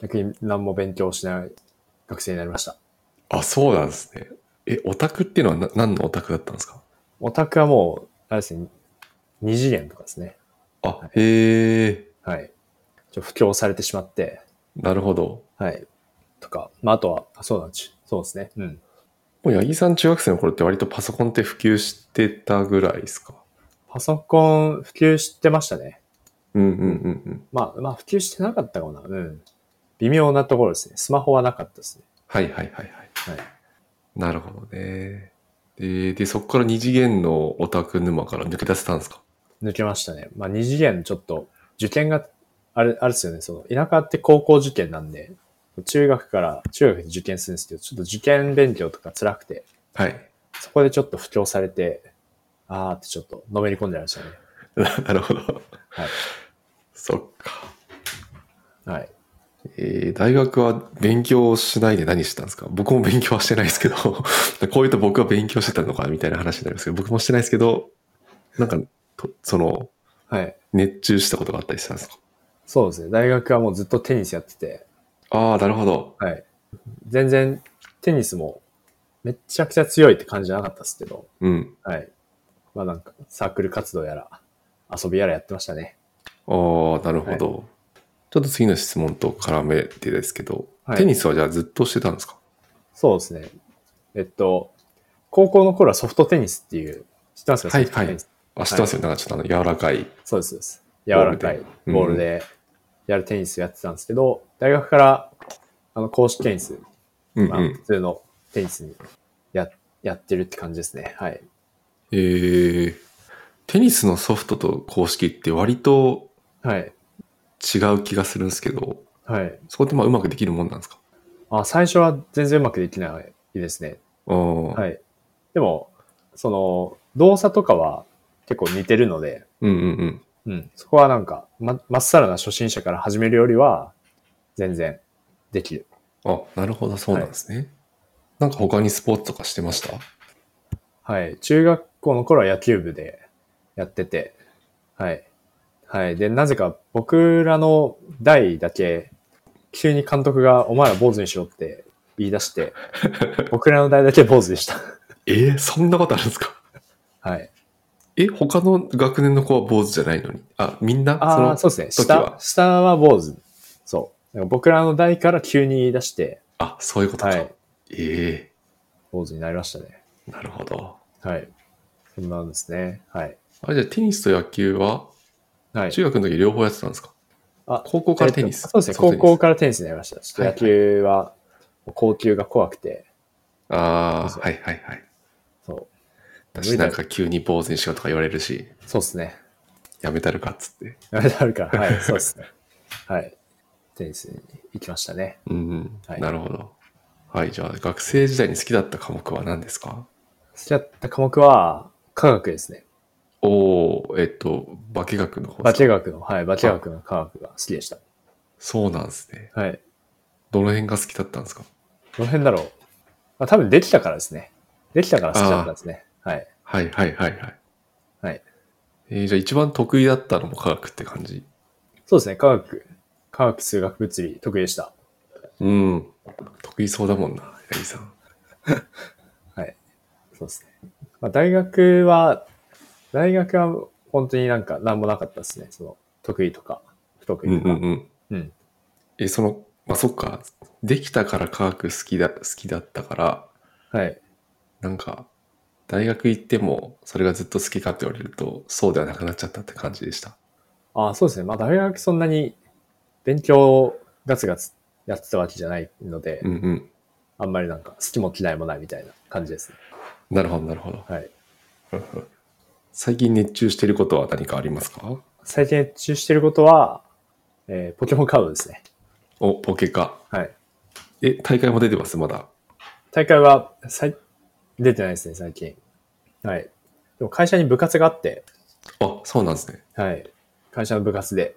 Speaker 2: 逆に何も勉強しない学生になりました。
Speaker 1: あ、そうなんですね。え、オタクっていうのはな何のオタクだったんですか
Speaker 2: オタクはもう、あれですね、二次元とかですね。
Speaker 1: あ、へえ、
Speaker 2: はい。ちょ布教されてしまって、
Speaker 1: なるほど。
Speaker 2: はい。とか、まあ、あとは、あそうなんち、そうですね。うん。
Speaker 1: もう八木さん中学生の頃って割とパソコンって普及してたぐらいですか
Speaker 2: パソコン普及してましたね。
Speaker 1: うんうんうんうん。
Speaker 2: まあ、まあ、普及してなかったかもな。うん。微妙なところですね。スマホはなかったですね。
Speaker 1: はいはいはいはい。
Speaker 2: はい。
Speaker 1: なるほどね。で、でそこから二次元のオタク沼から抜け出せたんですか
Speaker 2: 抜けましたね。まあ、二次元ちょっと、受験が、あれ、あれですよね。その、田舎って高校受験なんで、中学から、中学で受験するんですけど、ちょっと受験勉強とか辛くて、
Speaker 1: はい。
Speaker 2: そこでちょっと布教されて、あーってちょっと、のめり込んじゃいましたね。
Speaker 1: ななるほど。
Speaker 2: はい。
Speaker 1: そっか。
Speaker 2: はい。
Speaker 1: えー大学は勉強しないで何してたんですか僕も勉強はしてないですけど、 こういうと僕は勉強してたのかみたいな話になりますけど、僕もしてないですけど、なんか、とその、
Speaker 2: はい。
Speaker 1: 熱中したことがあったりしたんですか
Speaker 2: そうですね。大学はもうずっとテニスやってて、
Speaker 1: ああ、なるほど。
Speaker 2: はい。全然、テニスも、めちゃくちゃ強いって感じじゃなかったですけど、
Speaker 1: うん。
Speaker 2: はい。まあなんか、サークル活動やら、遊びやらやってましたね。
Speaker 1: ああ、なるほど、ちょっと次の質問と絡めてですけど、
Speaker 2: はい
Speaker 1: テニスはじゃあずっとしてたんですか
Speaker 2: そうですね。えっと、高校の頃はソフトテニスっていう、知ってますか
Speaker 1: はい
Speaker 2: ソフトテニス
Speaker 1: あ、知ってますよ。なんかちょっとあの、柔らかい。
Speaker 2: そうです、そうです。柔
Speaker 1: ボー
Speaker 2: ら
Speaker 1: ルで
Speaker 2: かいボールでやるテニスやってたんですけど、大学から、あの、公式テニス、
Speaker 1: うん
Speaker 2: ま
Speaker 1: う
Speaker 2: あ、
Speaker 1: ん
Speaker 2: 普。通のテニスにや、やってるって感じですね。はい。
Speaker 1: えー、テニスのソフトと公式って割と
Speaker 2: はい。
Speaker 1: 違う気がするんですけど、
Speaker 2: はい。
Speaker 1: そこってまあうまくできるもんなんですか
Speaker 2: あ最初は全然うまくできないですね。
Speaker 1: うん。。
Speaker 2: はいい。でも、その、動作とかは結構似てるので、
Speaker 1: うんうんうん。
Speaker 2: うん。そこはなんか、ま、まっさらな初心者から始めるよりは、全然できる。
Speaker 1: あ、なるほど、そうなんですね。なんか他にスポーツとかしてました
Speaker 2: はい。中学校の頃は野球部でやってて、はい。はい。で、なぜか僕らの代だけ、急に監督が、お前ら坊主にしろって言い 出して、僕らの代だけ坊主でした。
Speaker 1: えー、そんなことあるんですか
Speaker 2: はい。
Speaker 1: え、他の学年の子は坊主じゃないのに。あ、みんなそ
Speaker 2: ああ、
Speaker 1: の
Speaker 2: そうですね。
Speaker 1: 時は
Speaker 2: 下、下は坊主。そう。なんか僕らの代から急に言い出して、
Speaker 1: あ、そういうことか。
Speaker 2: はい。
Speaker 1: え
Speaker 2: 坊主になりましたね。
Speaker 1: えなるほど。
Speaker 2: はい。そんなんですね。はい。
Speaker 1: あれじゃあテニスと野球は
Speaker 2: はい。
Speaker 1: 中学の時両方やってたんですか、
Speaker 2: あ
Speaker 1: 高校からテニス、
Speaker 2: えっとそうですね。
Speaker 1: ソフト
Speaker 2: 高
Speaker 1: テニス
Speaker 2: 校からテニスになりました。ちょっと野球は、高級が怖くて、
Speaker 1: ああ、
Speaker 2: そう
Speaker 1: はいはいはい。
Speaker 2: そう。
Speaker 1: 私なんか急に坊主にしろとか言われるし、
Speaker 2: そうですね。
Speaker 1: やめたるかっつって。
Speaker 2: やめてあるから。はい。そうですね。はい。テニスに行きましたね。
Speaker 1: うん、
Speaker 2: はい
Speaker 1: なるほど。はい、じゃあ学生時代に好きだった科目は何ですか
Speaker 2: 好きだった科目は、科学ですね。
Speaker 1: おおえっと、化学の方
Speaker 2: 化
Speaker 1: ですか
Speaker 2: 学の、はい、化学の科学が好きでした。
Speaker 1: そうなんですね。
Speaker 2: はい。
Speaker 1: どの辺が好きだったんですか
Speaker 2: どの辺だろう。まあ、多分できたからですね。できたから好きだったんですね。はい。
Speaker 1: はいはいはいはい。
Speaker 2: はい。
Speaker 1: えーじゃあ一番得意だったのも科学って感じ。
Speaker 2: そうですね。科学、科学、数学、物理、得意でした。
Speaker 1: うん。得意そうだもんな、八木さん。
Speaker 2: そうですね。まあ、大学は、大学は本当になんか何もなかったですね。その、得意とか、不得
Speaker 1: うん
Speaker 2: 意と
Speaker 1: う
Speaker 2: か。
Speaker 1: んうん。
Speaker 2: うん
Speaker 1: え、その、まあ、そっか。できたから科学好きだ、好きだったから、
Speaker 2: はい。
Speaker 1: なんか、大学行っても、それがずっと好きかって言われると、そうではなくなっちゃったって感じでした。
Speaker 2: ああ、そうですね。まあ、大学そんなに勉強ガツガツやってたわけじゃないので、
Speaker 1: うんうん。
Speaker 2: あんまりなんか好きも嫌いもないみたいな感じですね。
Speaker 1: なるほど、なるほど。
Speaker 2: はい。
Speaker 1: 最近熱中してることは何かありますか
Speaker 2: 最近熱中してることは、えーポケモンカードですね。
Speaker 1: お、ポケか。
Speaker 2: はい。
Speaker 1: え、大会も出てます、まだ。
Speaker 2: 大会は、さい、出てないですね、最近。はい。でも会社に部活があって、
Speaker 1: あ、そうなんですね。
Speaker 2: はい。会社の部活で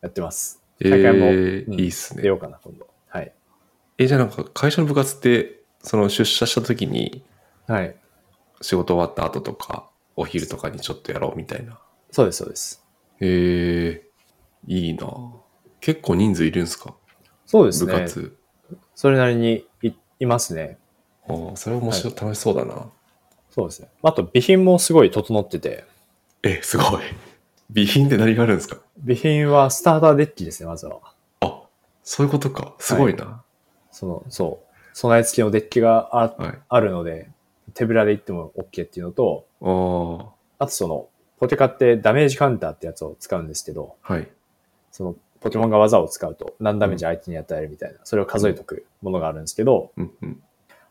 Speaker 2: やってます。
Speaker 1: え
Speaker 2: 大会も
Speaker 1: ー
Speaker 2: うん
Speaker 1: いいっす
Speaker 2: 出
Speaker 1: ね
Speaker 2: よ。うかな、今度。はい。
Speaker 1: え、じゃあなんか、会社の部活って、その出社した時に、
Speaker 2: はい。
Speaker 1: 仕事終わった後とか、お昼とかにちょっとやろうみたいな。
Speaker 2: そうです、そうです。
Speaker 1: へえ、いいな結構人数いるんすか
Speaker 2: そうです
Speaker 1: 部
Speaker 2: ね。
Speaker 1: 活。
Speaker 2: それなりにいいますね。
Speaker 1: ああ、それ面白い、楽しそうだな。
Speaker 2: そうですね。あと、備品もすごい整ってて、
Speaker 1: え、すごい。備品って何があるんですか
Speaker 2: 備品はスターターデッキですね、まずは。
Speaker 1: あ、そういうことか。すごいな。
Speaker 2: その、そう。備え付けのデッキがあ
Speaker 1: はい。
Speaker 2: あるので、手ぶらで行っても OK っていうのと、
Speaker 1: あ
Speaker 2: あとその、ポケカってダメージカウンターってやつを使うんですけど、
Speaker 1: あ、はい。
Speaker 2: そのポケモンが技を使うと何ダメージ相手に与えるみたいな、それを数えとくものがあるんですけど、
Speaker 1: うんうん。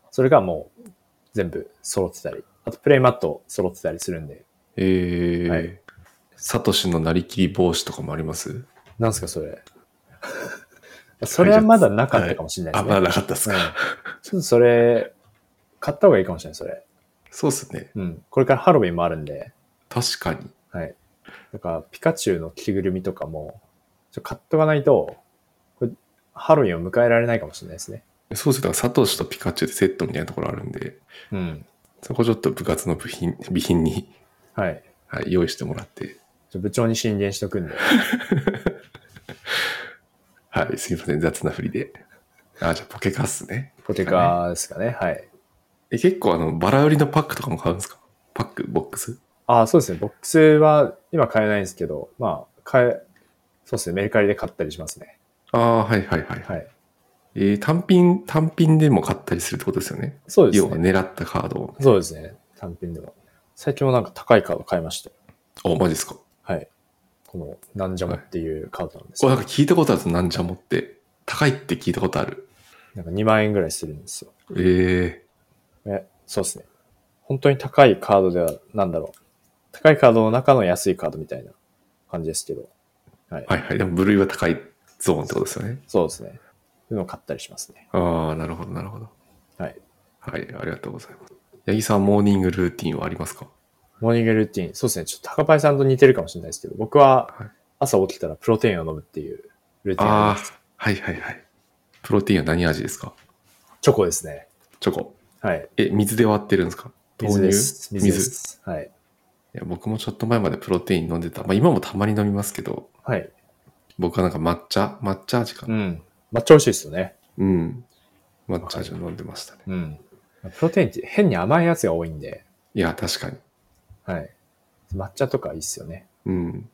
Speaker 2: それがもう全部揃ってたり、あとプレイマット揃ってたりするんで、
Speaker 1: ええ
Speaker 2: はい
Speaker 1: サトシのなりきり帽子とかもあります
Speaker 2: なんすかそれ。 それはまだなかったかもしれないで
Speaker 1: あ、
Speaker 2: すね。
Speaker 1: まだなかったっすか。
Speaker 2: うんちょっとそれ、買った方がいいかもしれない、それ。
Speaker 1: そうっすね。
Speaker 2: うん。これからハロウィンもあるんで、
Speaker 1: 確かに。
Speaker 2: はい。だから、ピカチュウの着ぐるみとかも、ちょっと買っとかないと、これハロウィンを迎えられないかもしれないですね。
Speaker 1: そうっすね。だからサトシとピカチュウでセットみたいなところあるんで、
Speaker 2: うん。
Speaker 1: そこちょっと部活の部品、備品に、
Speaker 2: はい。
Speaker 1: はい、用意してもらって。
Speaker 2: ちょ部長に進言しとくんで。
Speaker 1: はい、すいません。雑な振りで。あ、じゃあポケカっすね。
Speaker 2: ポケカですかね。はい。
Speaker 1: え、結構あの、バラ売りのパックとかも買うんですかパック、ボックス
Speaker 2: ああ、そうですね。ボックスは今買えないんですけど、まあ、買え、そうですね。メルカリで買ったりしますね。
Speaker 1: ああ、はいはいはい。
Speaker 2: はい。
Speaker 1: えー単品、単品でも買ったりするってことですよね。
Speaker 2: そうです
Speaker 1: 要は
Speaker 2: ね。
Speaker 1: 狙ったカードを。
Speaker 2: そうですね。単品でも。最近もなんか高いカード買いましたよ。
Speaker 1: お、マジですか。
Speaker 2: はい。この、なんじゃもっていうカードなんです
Speaker 1: こ
Speaker 2: けど、
Speaker 1: れなんか聞いたことあるぞ、なんじゃもって。高いって聞いたことある。
Speaker 2: なんか2万円ぐらいするんですよ。
Speaker 1: え
Speaker 2: え、そうですね。本当に高いカードでは、なんだろう。高いカードの中の安いカードみたいな感じですけど。はい。
Speaker 1: えはいはい。でも部類は高いゾーンってことですよね。
Speaker 2: そうですね。そういうのを買ったりしますね。
Speaker 1: ああ、なるほど、なるほど。
Speaker 2: はい。
Speaker 1: はい、ありがとうございます。八木さん、モーニングルーティンはありますか
Speaker 2: モーニングルーティン。そうですね。ちょっと高パイさんと似てるかもしれないですけど、僕は
Speaker 1: はい
Speaker 2: 朝起きたらプロテインを飲むっていうルーティンがあ
Speaker 1: あ
Speaker 2: りま
Speaker 1: あ
Speaker 2: す。、
Speaker 1: はいはいはい。プロテインは何味ですか
Speaker 2: チョコですね。
Speaker 1: チョコ。
Speaker 2: はい。
Speaker 1: え、水で割ってるんですか豆
Speaker 2: 水
Speaker 1: 乳
Speaker 2: です。水で
Speaker 1: 水
Speaker 2: す。はい。
Speaker 1: いや僕もちょっと前までプロテイン飲んでた。まあ今もたまに飲みますけど、
Speaker 2: はい。
Speaker 1: 僕はなんか抹茶、抹茶味か
Speaker 2: う
Speaker 1: な。
Speaker 2: ん。抹茶美味しいですよね。
Speaker 1: うん。抹茶味を飲んでましたね。
Speaker 2: うん。プロテインって変に甘いやつが多いんで、
Speaker 1: いや、確かに。
Speaker 2: はい。抹茶とかいいっすよね。
Speaker 1: うん。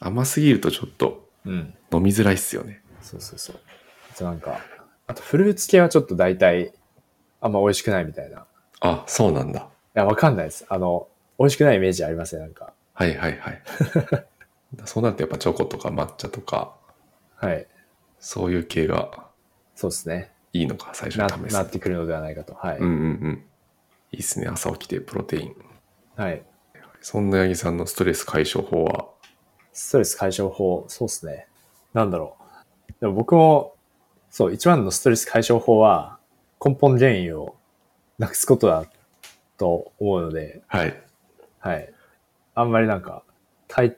Speaker 1: 甘すぎるとちょっと
Speaker 2: うん。
Speaker 1: 飲みづらいっすよね。
Speaker 2: そうそうそう。あとなんか、あとフルーツ系はちょっと大体、あんま美味しくないみたいな。い
Speaker 1: あ、そうなんだ。
Speaker 2: や、わかんないです。あの、美味しくないイメージありますね、なんか。
Speaker 1: はいはい はい。そうなるとやっぱチョコとか抹茶とか、
Speaker 2: はい。
Speaker 1: そういう系が
Speaker 2: そうですね。
Speaker 1: いいのか、最初
Speaker 2: な、
Speaker 1: に試
Speaker 2: なっ
Speaker 1: す。
Speaker 2: てくるのではないかと。はい。
Speaker 1: うんうんうん。いいっすね。朝起きてプロテイン。
Speaker 2: はい。
Speaker 1: そんな八木さんのストレス解消法は、
Speaker 2: ストレス解消法、そうですね。なんだろう。でも僕も、そう、一番のストレス解消法は、根本原因をなくすことだと思うので、
Speaker 1: はい。
Speaker 2: はい。あんまりなんか、たい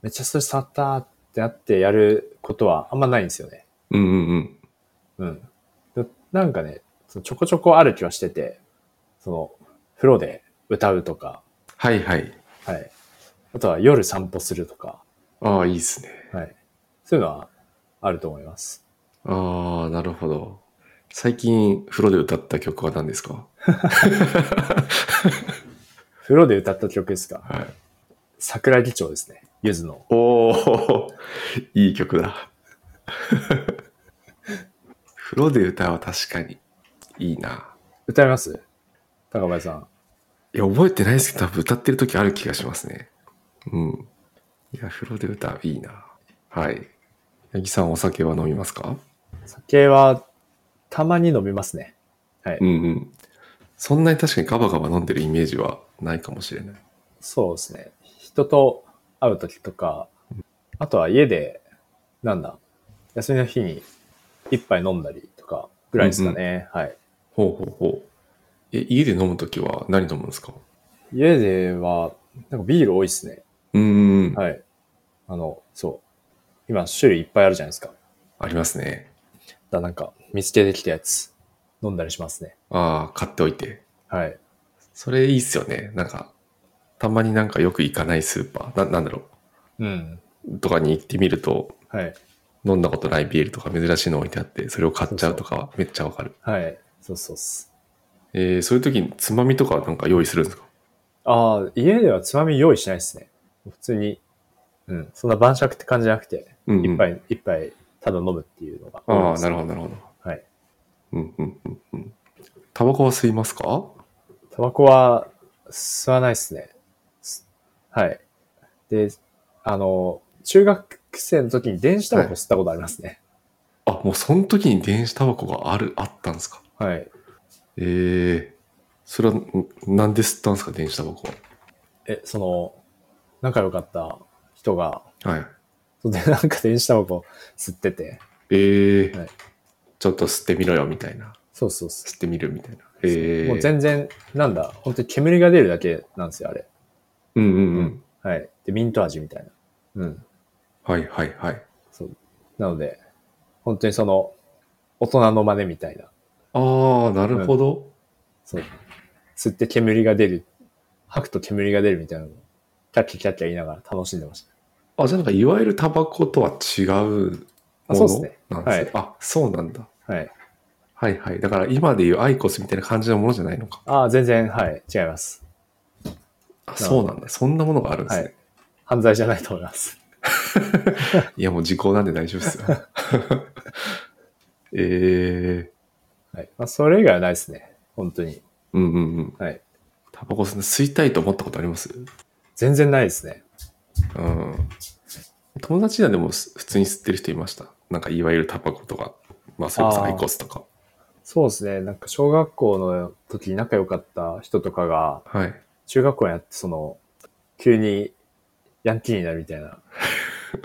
Speaker 2: めっちゃストレス溜ったってなってやることはあんまないんですよね。
Speaker 1: うんうんうん。
Speaker 2: うん。ななんかね、そのちょこちょこある気はしてて、その、風呂で歌うとか、
Speaker 1: はいはい。
Speaker 2: はい。あとは夜散歩するとか、
Speaker 1: ああ、いいですね。
Speaker 2: はい。そういうのはあると思います。
Speaker 1: ああ、なるほど。最近、風呂で歌った曲は何ですか
Speaker 2: 風呂で歌った曲ですか
Speaker 1: はい。
Speaker 2: 桜木町ですね。ゆずの。
Speaker 1: おお、いい曲だ。風呂で歌は確かにいいな。
Speaker 2: 歌います高林さん。
Speaker 1: いや、覚えてないですけど、多分歌ってる時ある気がしますね。うん。いや、風呂で歌いいな。はい。八木さん、お酒は飲みますか
Speaker 2: 酒はたまに飲みますね。はい。
Speaker 1: うんうん。そんなに確かにガバガバ飲んでるイメージはないかもしれない。
Speaker 2: そうですね。人と会うときとか、あとは家で、なんだ、休みの日に一杯飲んだりとかぐらいですかね。はい。
Speaker 1: ほうほうほう。え、家で飲むときは何飲むんですか
Speaker 2: 家では、なんかビール多いですね。
Speaker 1: うんうんうん。
Speaker 2: はい。あの、そう。今、種類いっぱいあるじゃないですか。だか
Speaker 1: ありますね。
Speaker 2: らなんか、見つけてきたやつ、飲んだりしますね。
Speaker 1: ああ、買っておいて。
Speaker 2: はい。
Speaker 1: それいいっすよね。なんか、たまになんかよく行かないスーパー、ななんだろ
Speaker 2: うん。
Speaker 1: う、とかに行ってみると、
Speaker 2: はい。
Speaker 1: 飲んだことないビールとか珍しいの置いてあって、それを買っちゃうとかはめっちゃわかる。
Speaker 2: はい。そうそうっす。
Speaker 1: えーそういう時につまみとかなんか用意するんですか
Speaker 2: ああ、家ではつまみ用意しないですね。普通に、うん、そんな晩酌って感じじゃなくて、
Speaker 1: うんうん
Speaker 2: 一杯、一杯、ただ飲むっていうのが多い
Speaker 1: あ
Speaker 2: で
Speaker 1: あ、
Speaker 2: す。
Speaker 1: なるほど、なるほど。
Speaker 2: はい。
Speaker 1: うんうんうんうん。タバコは吸いますか
Speaker 2: タバコは吸わないですね。すはい。で、あの、中学生の時に電子タバコ吸ったことありますね。
Speaker 1: あ、もうその時に電子タバコがある、あったんですか
Speaker 2: はい。
Speaker 1: ええそれはんなんで吸ったんですか電子タバコ
Speaker 2: え、その、仲良かった人が、
Speaker 1: は。はい。
Speaker 2: それで、なんか電子タバコ吸ってて、
Speaker 1: ええ
Speaker 2: はい
Speaker 1: ちょっと吸ってみろよ、みたいな。
Speaker 2: そうそうそう。
Speaker 1: 吸ってみるみたいな。ええ
Speaker 2: もう全然、なんだ、本当に煙が出るだけなんですよ、あれ。
Speaker 1: うんうんうん。
Speaker 2: はい。で、ミント味みたいな。うん。
Speaker 1: はいはいはい。
Speaker 2: そう。なので、本当にその、大人の真似みたいな。
Speaker 1: ああ、なるほど。
Speaker 2: そう。吸って煙が出る。吐くと煙が出るみたいなのを、キャッキャキャッキャ言いながら楽しんでました。
Speaker 1: あ、じゃあなんかいわゆるタバコとは違う
Speaker 2: あ
Speaker 1: も
Speaker 2: そうっすね
Speaker 1: のなんですね。あ、そうなんだ。
Speaker 2: はい。
Speaker 1: はいはい。だから今でいうアイコスみたいな感じのものじゃないのか。
Speaker 2: ああ、全然、はい。違います。
Speaker 1: あ、そうなんだ。そんなものがあるんです
Speaker 2: は
Speaker 1: ね。
Speaker 2: い。犯罪じゃないと思います。
Speaker 1: い、やもう時効なんで大丈夫ですよ。 ええ
Speaker 2: はい。まあ、それ以外はないですね。本当に。
Speaker 1: うんうんうん。
Speaker 2: はい。
Speaker 1: タバコ吸う吸いたいと思ったことあります
Speaker 2: 全然ないですね。
Speaker 1: うん。友達にはでもす普通に吸ってる人いました。なんかいわゆるタバコとか、まあそれこそ
Speaker 2: あ
Speaker 1: ア
Speaker 2: ー
Speaker 1: イコスとか。
Speaker 2: そうですね。なんか、小学校の時仲良かった人とかが、
Speaker 1: はい。
Speaker 2: 中学校やって、その、急にヤンキーになるみたいな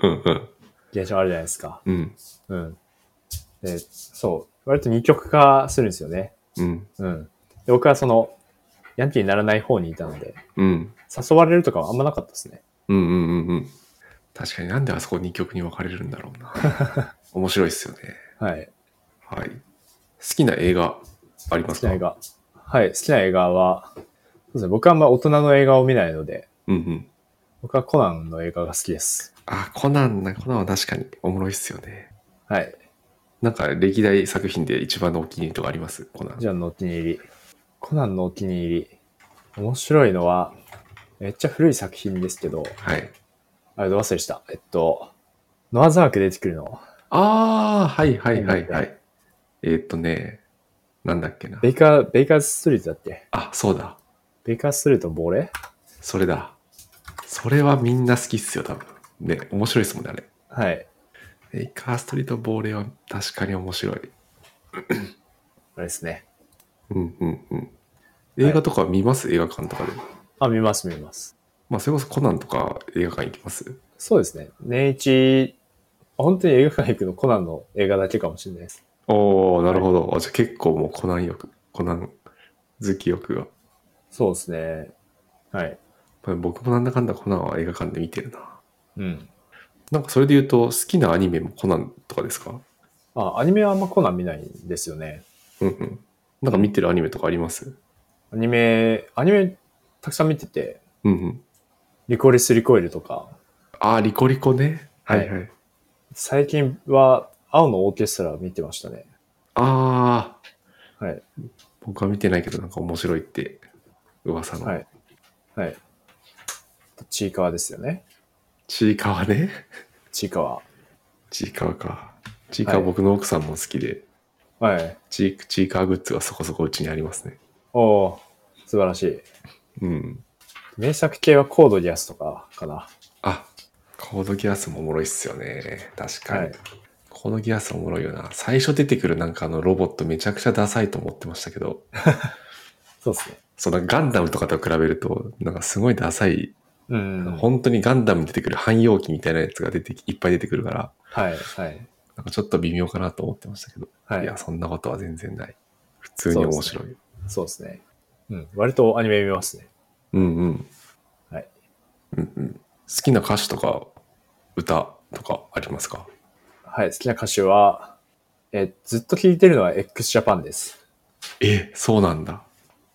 Speaker 1: うんうん。
Speaker 2: 現象あるじゃないですか。
Speaker 1: うん。
Speaker 2: うん。で、そう。割と二極化するんですよね。
Speaker 1: うん。
Speaker 2: うん。で、僕はその、ヤンキーにならない方にいたので、
Speaker 1: うん。
Speaker 2: 誘われるとかはあんまなかったですね。
Speaker 1: うんうんうんうん。確かになんであそこ2曲に分かれるんだろうな。 面白いっすよね。
Speaker 2: はい。
Speaker 1: はい。好きな映画ありま
Speaker 2: 好
Speaker 1: す
Speaker 2: き
Speaker 1: か
Speaker 2: な映画。はい。好きな映画は、そうですね。僕はあんま大人の映画を見ないので、
Speaker 1: うんうん。
Speaker 2: 僕はコナンの映画が好きです。
Speaker 1: あ、コナンな、コナンは確かにおもろいっすよね。
Speaker 2: はい。
Speaker 1: なんか歴代作品で一番のお気に入りとかありますコナン。
Speaker 2: じゃあのお気に入り。コナンのお気に入り。面白いのは、めっちゃ古い作品ですけど、
Speaker 1: はい。
Speaker 2: あれ、ど忘れした。えっと、ノアザーク出てくるの。
Speaker 1: ああ、はいはいはいはい。えーっとね、なんだっけな
Speaker 2: ベ。イカー、ベイカーズストリートだっけ
Speaker 1: あ、そうだ。
Speaker 2: ベイカーズストリートの亡霊
Speaker 1: それだ。それはみんな好きっすよ、多分。ね、面白いっすもんね、あれ。
Speaker 2: はい。
Speaker 1: ベイカーストリート亡霊は確かに面白い。
Speaker 2: あれですね。
Speaker 1: うんうんうん。映画とか見ます、映画館とかで。
Speaker 2: あ、見ます、見ます。
Speaker 1: まあ、それこそコナンとか映画館行きます
Speaker 2: そうですね。年一本当に映画館行くのコナンの映画だけかもしれないです。
Speaker 1: おー、なるほど。あじゃあ結構もうコナン欲、コナン好き欲が。
Speaker 2: そうですね。はい。
Speaker 1: まあ僕もなんだかんだコナンは映画館で見てるな。
Speaker 2: うん。
Speaker 1: なんかそれで言うと、好きなアニメもコナンとかですか
Speaker 2: あ、アニメはあんまコナン見ないんですよね。
Speaker 1: うんうん。なんか見てるアニメとかあります
Speaker 2: アニメ、アニメたくさん見てて、
Speaker 1: うんうん。
Speaker 2: リコリス・リコイルとか、
Speaker 1: あー、リコリコね。はいはい。
Speaker 2: 最近は青のオーケストラ見てましたね。
Speaker 1: あー、
Speaker 2: はい。
Speaker 1: 僕は見てないけどなんか面白いって噂の。
Speaker 2: はい。はい。ちいかわですよね。
Speaker 1: ちいかわね。
Speaker 2: ちいかわ。
Speaker 1: ちいかわか。ちいかわ僕の奥さんも好きで、
Speaker 2: はい。
Speaker 1: ちいちいかわグッズがそこそこうちにありますね。
Speaker 2: おお素晴らしい。
Speaker 1: うん。
Speaker 2: 名作系はコードギアスとかかな。
Speaker 1: あ、コードギアスもおもろいっすよね。確かに。
Speaker 2: はい
Speaker 1: コードギアスおもろいよな。最初出てくるなんかあのロボットめちゃくちゃダサいと思ってましたけど、
Speaker 2: そうですね。
Speaker 1: そのガンダムとかと比べると、なんかすごいダサい、
Speaker 2: うん。
Speaker 1: 本当にガンダムに出てくる汎用機みたいなやつが出てき、いっぱい出てくるから、
Speaker 2: はい。はい。
Speaker 1: なんかちょっと微妙かなと思ってましたけど、、
Speaker 2: はいい
Speaker 1: や、。そんなことは全然ない。普通に面白い。
Speaker 2: そうですね。うん。割とアニメ見ますね。
Speaker 1: うんうん。
Speaker 2: はい。
Speaker 1: うんうん。好きな歌詞とか、歌とかありますか
Speaker 2: はい。好きな歌手は、え、ずっと聴いてるのは x ジャパンです。
Speaker 1: え、そうなんだ。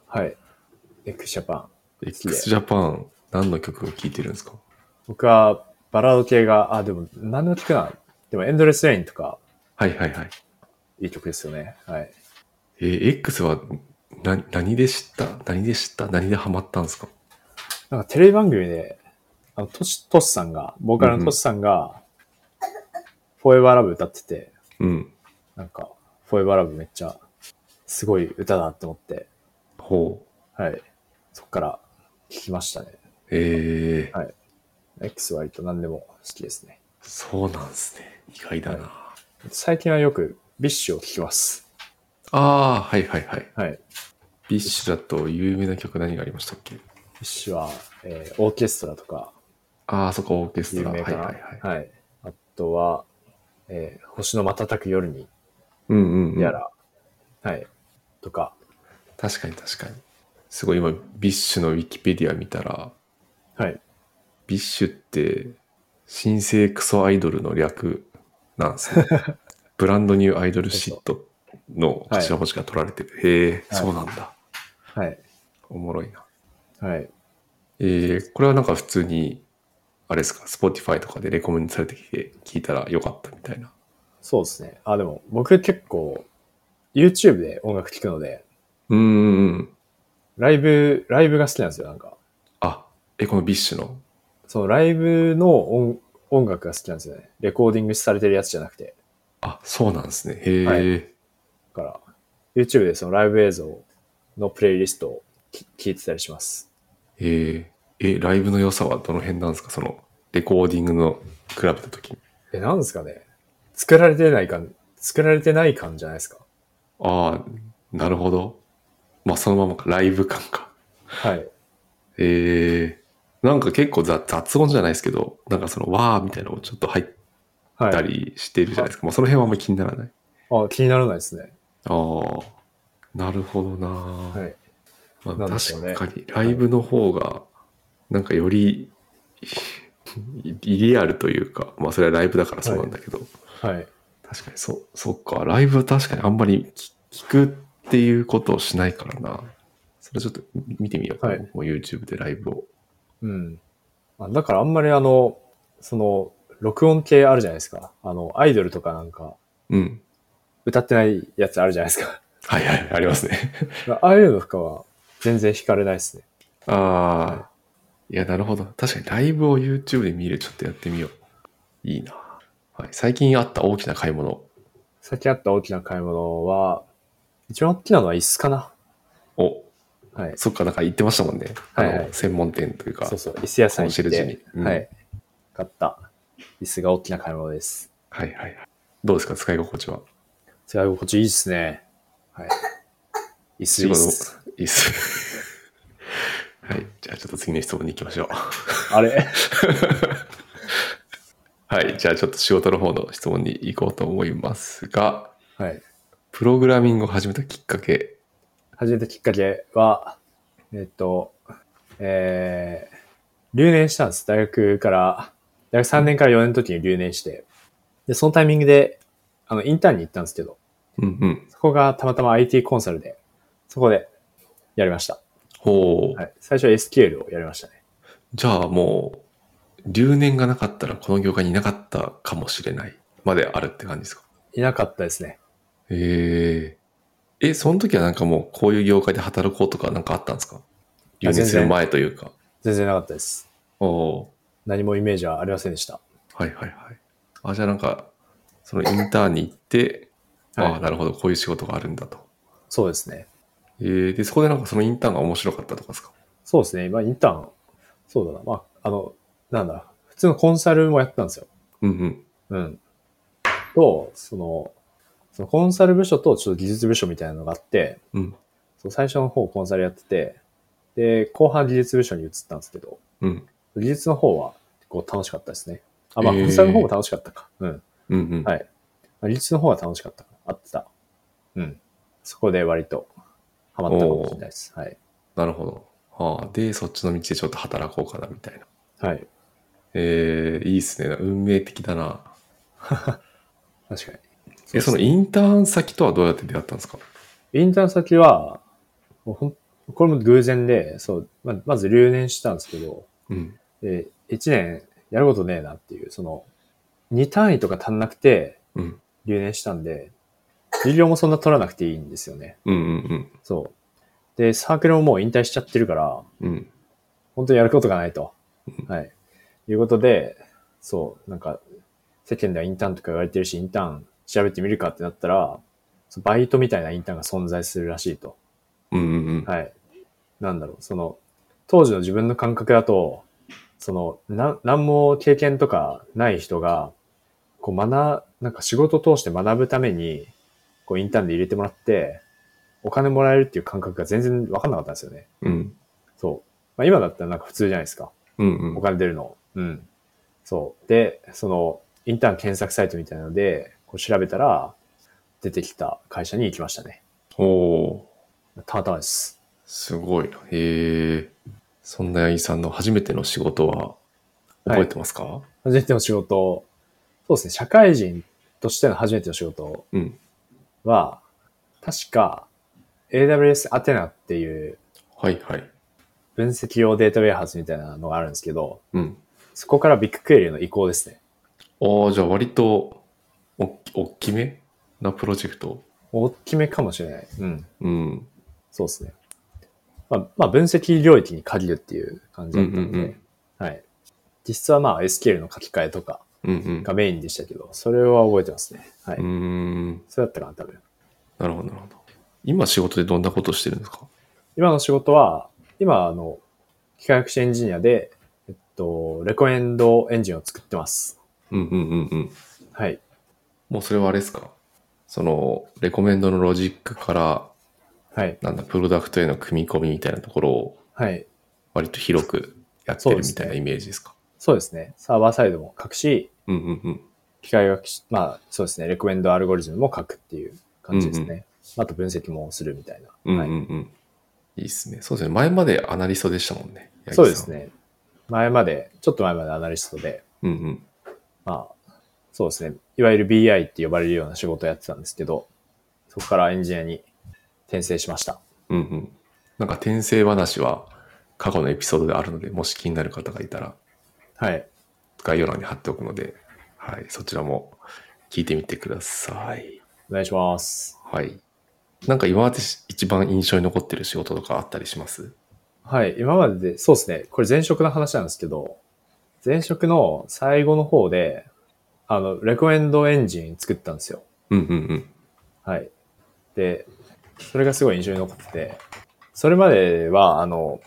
Speaker 2: はい。x ジャパン。きで
Speaker 1: x ジャパン何の曲を聴いてるんですか
Speaker 2: 僕はバラード系が、あ、でも何の聞くな。でもエンドレスレインとか
Speaker 1: はいはいはい。
Speaker 2: いい曲ですよね。はい。
Speaker 1: えー X は何何で知った何で知った何でハマったんですか
Speaker 2: なんかテレビ番組で、あの、トシ、トシさんが、ボーカルのトシさんが、フォーエバーラブ歌ってて、
Speaker 1: うん。
Speaker 2: なんか、フォーエバーラブめっちゃ、すごい歌だって思って、
Speaker 1: ほう。
Speaker 2: はい。そっから聞きましたね。
Speaker 1: えー
Speaker 2: はい X 割と何でも好きですね。
Speaker 1: そうなんですね。意外だな。
Speaker 2: 最近はよく、ビッシュを聞きます。
Speaker 1: ああ、はいはいはい。
Speaker 2: はい。
Speaker 1: ビッシュだと有名な曲何がありましたっけ
Speaker 2: ビッシュは、えーオーケストラとか、
Speaker 1: ああ、そこオーケス
Speaker 2: 有
Speaker 1: トラ。はい
Speaker 2: 名
Speaker 1: は
Speaker 2: か
Speaker 1: い
Speaker 2: な。
Speaker 1: は
Speaker 2: はいい。あとは、えー星の瞬く夜に、
Speaker 1: うんうん、うん。
Speaker 2: やら、はい。とか、
Speaker 1: 確かに確かに。すごい今、ビッシュのウィキペディア見たら、
Speaker 2: はい。
Speaker 1: ビッシュって、新生クソアイドルの略なんですね。ブランドニューアイドルシットの頭文字が取られてる。へえ、
Speaker 2: はい
Speaker 1: そうなんだ。
Speaker 2: はい。
Speaker 1: おもろいな。
Speaker 2: はい。
Speaker 1: えー、これはなんか普通に、あれですか、Spotify とかでレコメンドされてきて、聞いたらよかったみたいな。
Speaker 2: そうですね。あ、でも僕結構 YouTube で音楽聴くので、
Speaker 1: うーん。
Speaker 2: ライブ、ライブが好きなんですよ、なんか。
Speaker 1: あ、え、このビッシュの。
Speaker 2: そのライブの音音楽が好きなんですよね。レコーディングされてるやつじゃなくて。
Speaker 1: あ、そうなんですね。へえ、
Speaker 2: はだから、YouTube でそのライブ映像のプレイリストをき聴いてたりします。
Speaker 1: えーえ、ライブの良さはどの辺なんですかその、レコーディングの比べたときに。
Speaker 2: え、なんですかね。作られてない感、作られてない感じゃないですか。
Speaker 1: ああ、なるほど。まあ、そのままか、ライブ感か。
Speaker 2: はい。
Speaker 1: ええなんか結構雑雑音じゃないですけど、なんかその、わーみたいなのもちょっと入っ
Speaker 2: はい。
Speaker 1: た
Speaker 2: あ、
Speaker 1: りしてるじゃないですか。まあ、その辺はあんまり気にならない。
Speaker 2: 気にならないですね。
Speaker 1: ああ、なるほどな、
Speaker 2: はい。
Speaker 1: まあ、
Speaker 2: なんでしょう
Speaker 1: 確
Speaker 2: ね
Speaker 1: かに、ライブの方が、なんかより、 リアルというか、まあ、それはライブだからそうなんだけど、
Speaker 2: はい。
Speaker 1: 確かにそう、そっか、ライブは確かにあんまり聞聞くっていうことをしないからな。それちょっと見てみようかな、
Speaker 2: はい
Speaker 1: 僕も YouTube でライブを。
Speaker 2: うん。あだからあんまりあの、その、録音系あるじゃないですか。あの、アイドルとかなんか、
Speaker 1: うん。
Speaker 2: 歌ってないやつあるじゃないですか。
Speaker 1: はいはい、ありますね。
Speaker 2: ああいうのとかは全然惹かれないですね。
Speaker 1: ああ。いや、なるほど。確かにライブを YouTube で見る、ちょっとやってみよう。いいな。はい、最近あった大きな買い物。
Speaker 2: さっきあった大きな買い物は、一番大きなのは椅子かな。
Speaker 1: お、
Speaker 2: はい。
Speaker 1: そっか、なんか言ってましたもんね。
Speaker 2: はい
Speaker 1: あ
Speaker 2: は
Speaker 1: の、
Speaker 2: い
Speaker 1: 専門店というか。
Speaker 2: そうそう、椅子屋さん
Speaker 1: コ
Speaker 2: 行っ
Speaker 1: ンシェルジ
Speaker 2: て、
Speaker 1: ュにうん
Speaker 2: はい。買った椅子が大きな買い物です。
Speaker 1: はいはいはい。どうですか、使い心地は。
Speaker 2: 使い心地いいですね。 はい。椅子いいっす。
Speaker 1: いいっす。 はい。じゃあ、ちょっと次の質問に行きましょう。
Speaker 2: あれ
Speaker 1: はい。じゃあちょっと仕事の方の質問に行こうと思いますが、
Speaker 2: はい。
Speaker 1: プログラミングを始めたきっかけ。
Speaker 2: 始めたきっかけは、えっと、えー、留年したんです。大学から、大学3年から4年の時に留年して、で、そのタイミングで、あの、インターンに行ったんですけど、
Speaker 1: うんうん。
Speaker 2: そこがたまたま IT コンサルで、そこでやりました。
Speaker 1: ほう。
Speaker 2: はい。最初は SQL をやりましたね。
Speaker 1: じゃあもう、留年がなかったらこの業界にいなかったかもしれないまであるって感じですか
Speaker 2: いなかったですね。
Speaker 1: へえ。え、その時はなんかもうこういう業界で働こうとかなんかあったんですか留年する前というか。
Speaker 2: 全然なかったです。
Speaker 1: おお
Speaker 2: 何もイメージはありませんでした。
Speaker 1: ー。はいはいはい。あ、じゃあなんか、そのインターンに行って、あ
Speaker 2: は
Speaker 1: あ、
Speaker 2: い。
Speaker 1: なるほど、こういう仕事があるんだと。
Speaker 2: そうですね。
Speaker 1: えー、で、そこでなんかそのインターンが面白かったとかですか
Speaker 2: そうですね。まあ、インターン、そうだな。まあ、あの、なんだ、普通のコンサルもやったんですよ。
Speaker 1: うんうん。
Speaker 2: うん。と、その、そのコンサル部署とちょっと技術部署みたいなのがあって、
Speaker 1: うん。
Speaker 2: その最初の方コンサルやってて、で、後半技術部署に移ったんですけど、
Speaker 1: うん。
Speaker 2: 技術の方は結構楽しかったですね。あ、まあ、
Speaker 1: えー
Speaker 2: コンサルの方も楽しかったか。うん。
Speaker 1: うんうん。
Speaker 2: はい技術の方は楽しかったかな。合ってた。うん。そこで割とハマったかもしれないです。はい。
Speaker 1: なるほど。はあ、で、そっちの道でちょっと働こうかなみたいな。
Speaker 2: はい。
Speaker 1: えー、いいっすね。運命的だな。
Speaker 2: 確かに。
Speaker 1: え、そのインターン先とはどうやって出会ったんですか
Speaker 2: インターン先は、もうほんこれも偶然で、そう、ままず留年したんですけど、
Speaker 1: うん。
Speaker 2: で、1年やることねえなっていう、その、2単位とか足んなくて
Speaker 1: うん。
Speaker 2: 留年したんで、授業もそんな取らなくていいんですよね。
Speaker 1: うんうん
Speaker 2: そう。で、サークルももう引退しちゃってるから、
Speaker 1: うん。うん。
Speaker 2: 本当にやることがないと。はい。いうことで、そう、なんか、世間ではインターンとか言われてるし、インターン調べてみるかってなったら、そうバイトみたいなインターンが存在するらしいと。
Speaker 1: うんうんうん。
Speaker 2: はい。なんだろう、その、当時の自分の感覚だと、その、な、何も経験とかない人が、こう学、なんか仕事を通して学ぶために、こうインターンで入れてもらって、お金もらえるっていう感覚が全然わかんなかったんですよね。
Speaker 1: うん。
Speaker 2: そう。まあ今だったらなんか普通じゃないですか。
Speaker 1: うんう
Speaker 2: お
Speaker 1: ん。
Speaker 2: 金出るの。うん。そう。で、その、インターン検索サイトみたいなので、こう調べたら、出てきた会社に行きましたね。
Speaker 1: おー、
Speaker 2: たまたまです。
Speaker 1: すごいな。へえ。そんな八木さんの初めての仕事は覚えてますか、
Speaker 2: 初めての仕事、そうですね、社会人としての初めての仕事
Speaker 1: うん。
Speaker 2: は、確か AWS アテナっていう
Speaker 1: はいはい。
Speaker 2: 分析用データウェアハウスみたいなのがあるんですけど、
Speaker 1: うん。
Speaker 2: そこからビッグクエリの移行ですね。
Speaker 1: ああ、じゃあ割とおっき、おっきめなプロジェクト。
Speaker 2: 大きめかもしれない。うん。
Speaker 1: うん。
Speaker 2: そうですね。まあ、まあ、分析領域に限るっていう感じだったので、
Speaker 1: うんうんうん
Speaker 2: はい。実質はまあ SQL の書き換えとか
Speaker 1: うんうん。
Speaker 2: がメインでしたけど、それは覚えてますね。はい。
Speaker 1: うーん。
Speaker 2: それだったかな、多分。
Speaker 1: なるほど、なるほど。今仕事でどんなことしてるんですか
Speaker 2: 今の仕事は、今、あの、企画書エンジニアで、えっと、レコエンドエンジンを作ってます。
Speaker 1: うんうんうんうん。
Speaker 2: はい。
Speaker 1: もうそれはあれですかその、レコメンドのロジックから、
Speaker 2: はい。
Speaker 1: なんだ、プロダクトへの組み込みみたいなところを
Speaker 2: はい。
Speaker 1: 割と広くやって
Speaker 2: そう
Speaker 1: る
Speaker 2: です
Speaker 1: みた
Speaker 2: ね
Speaker 1: いなイメージですか
Speaker 2: そうですね。サーバーサイドも書くし、
Speaker 1: う,、んうんうん。
Speaker 2: 機械学習、まあ、そうですね。レコエンドアルゴリズムも書くっていう感じですね。
Speaker 1: うんう
Speaker 2: あと分析もするみたいな。
Speaker 1: うんう
Speaker 2: はい。
Speaker 1: んうん。い、いっすね。そうですね。前までアナリストでしたもんね。八木さん
Speaker 2: そうです。ね。前まで、ちょっと前までアナリストで、
Speaker 1: うんうん。
Speaker 2: まあ、そうですね。いわゆる BI って呼ばれるような仕事をやってたんですけど、そこからエンジニアに転生しました。
Speaker 1: うんうん。なんか転生話は過去のエピソードであるので、もし気になる方がいたら
Speaker 2: はい。
Speaker 1: 概要欄に貼っておくので、はい、そちらも聞いてみてください。
Speaker 2: お願いします。
Speaker 1: はい。なんか今まで一番印象に残ってる仕事とかあったりします
Speaker 2: はい、今までで、そうですね、これ前職の話なんですけど、前職の最後の方で、あの、レコエンドエンジン作ったんですよ。
Speaker 1: うんうん
Speaker 2: はい。で、それがすごい印象に残ってて、それまでは、あの、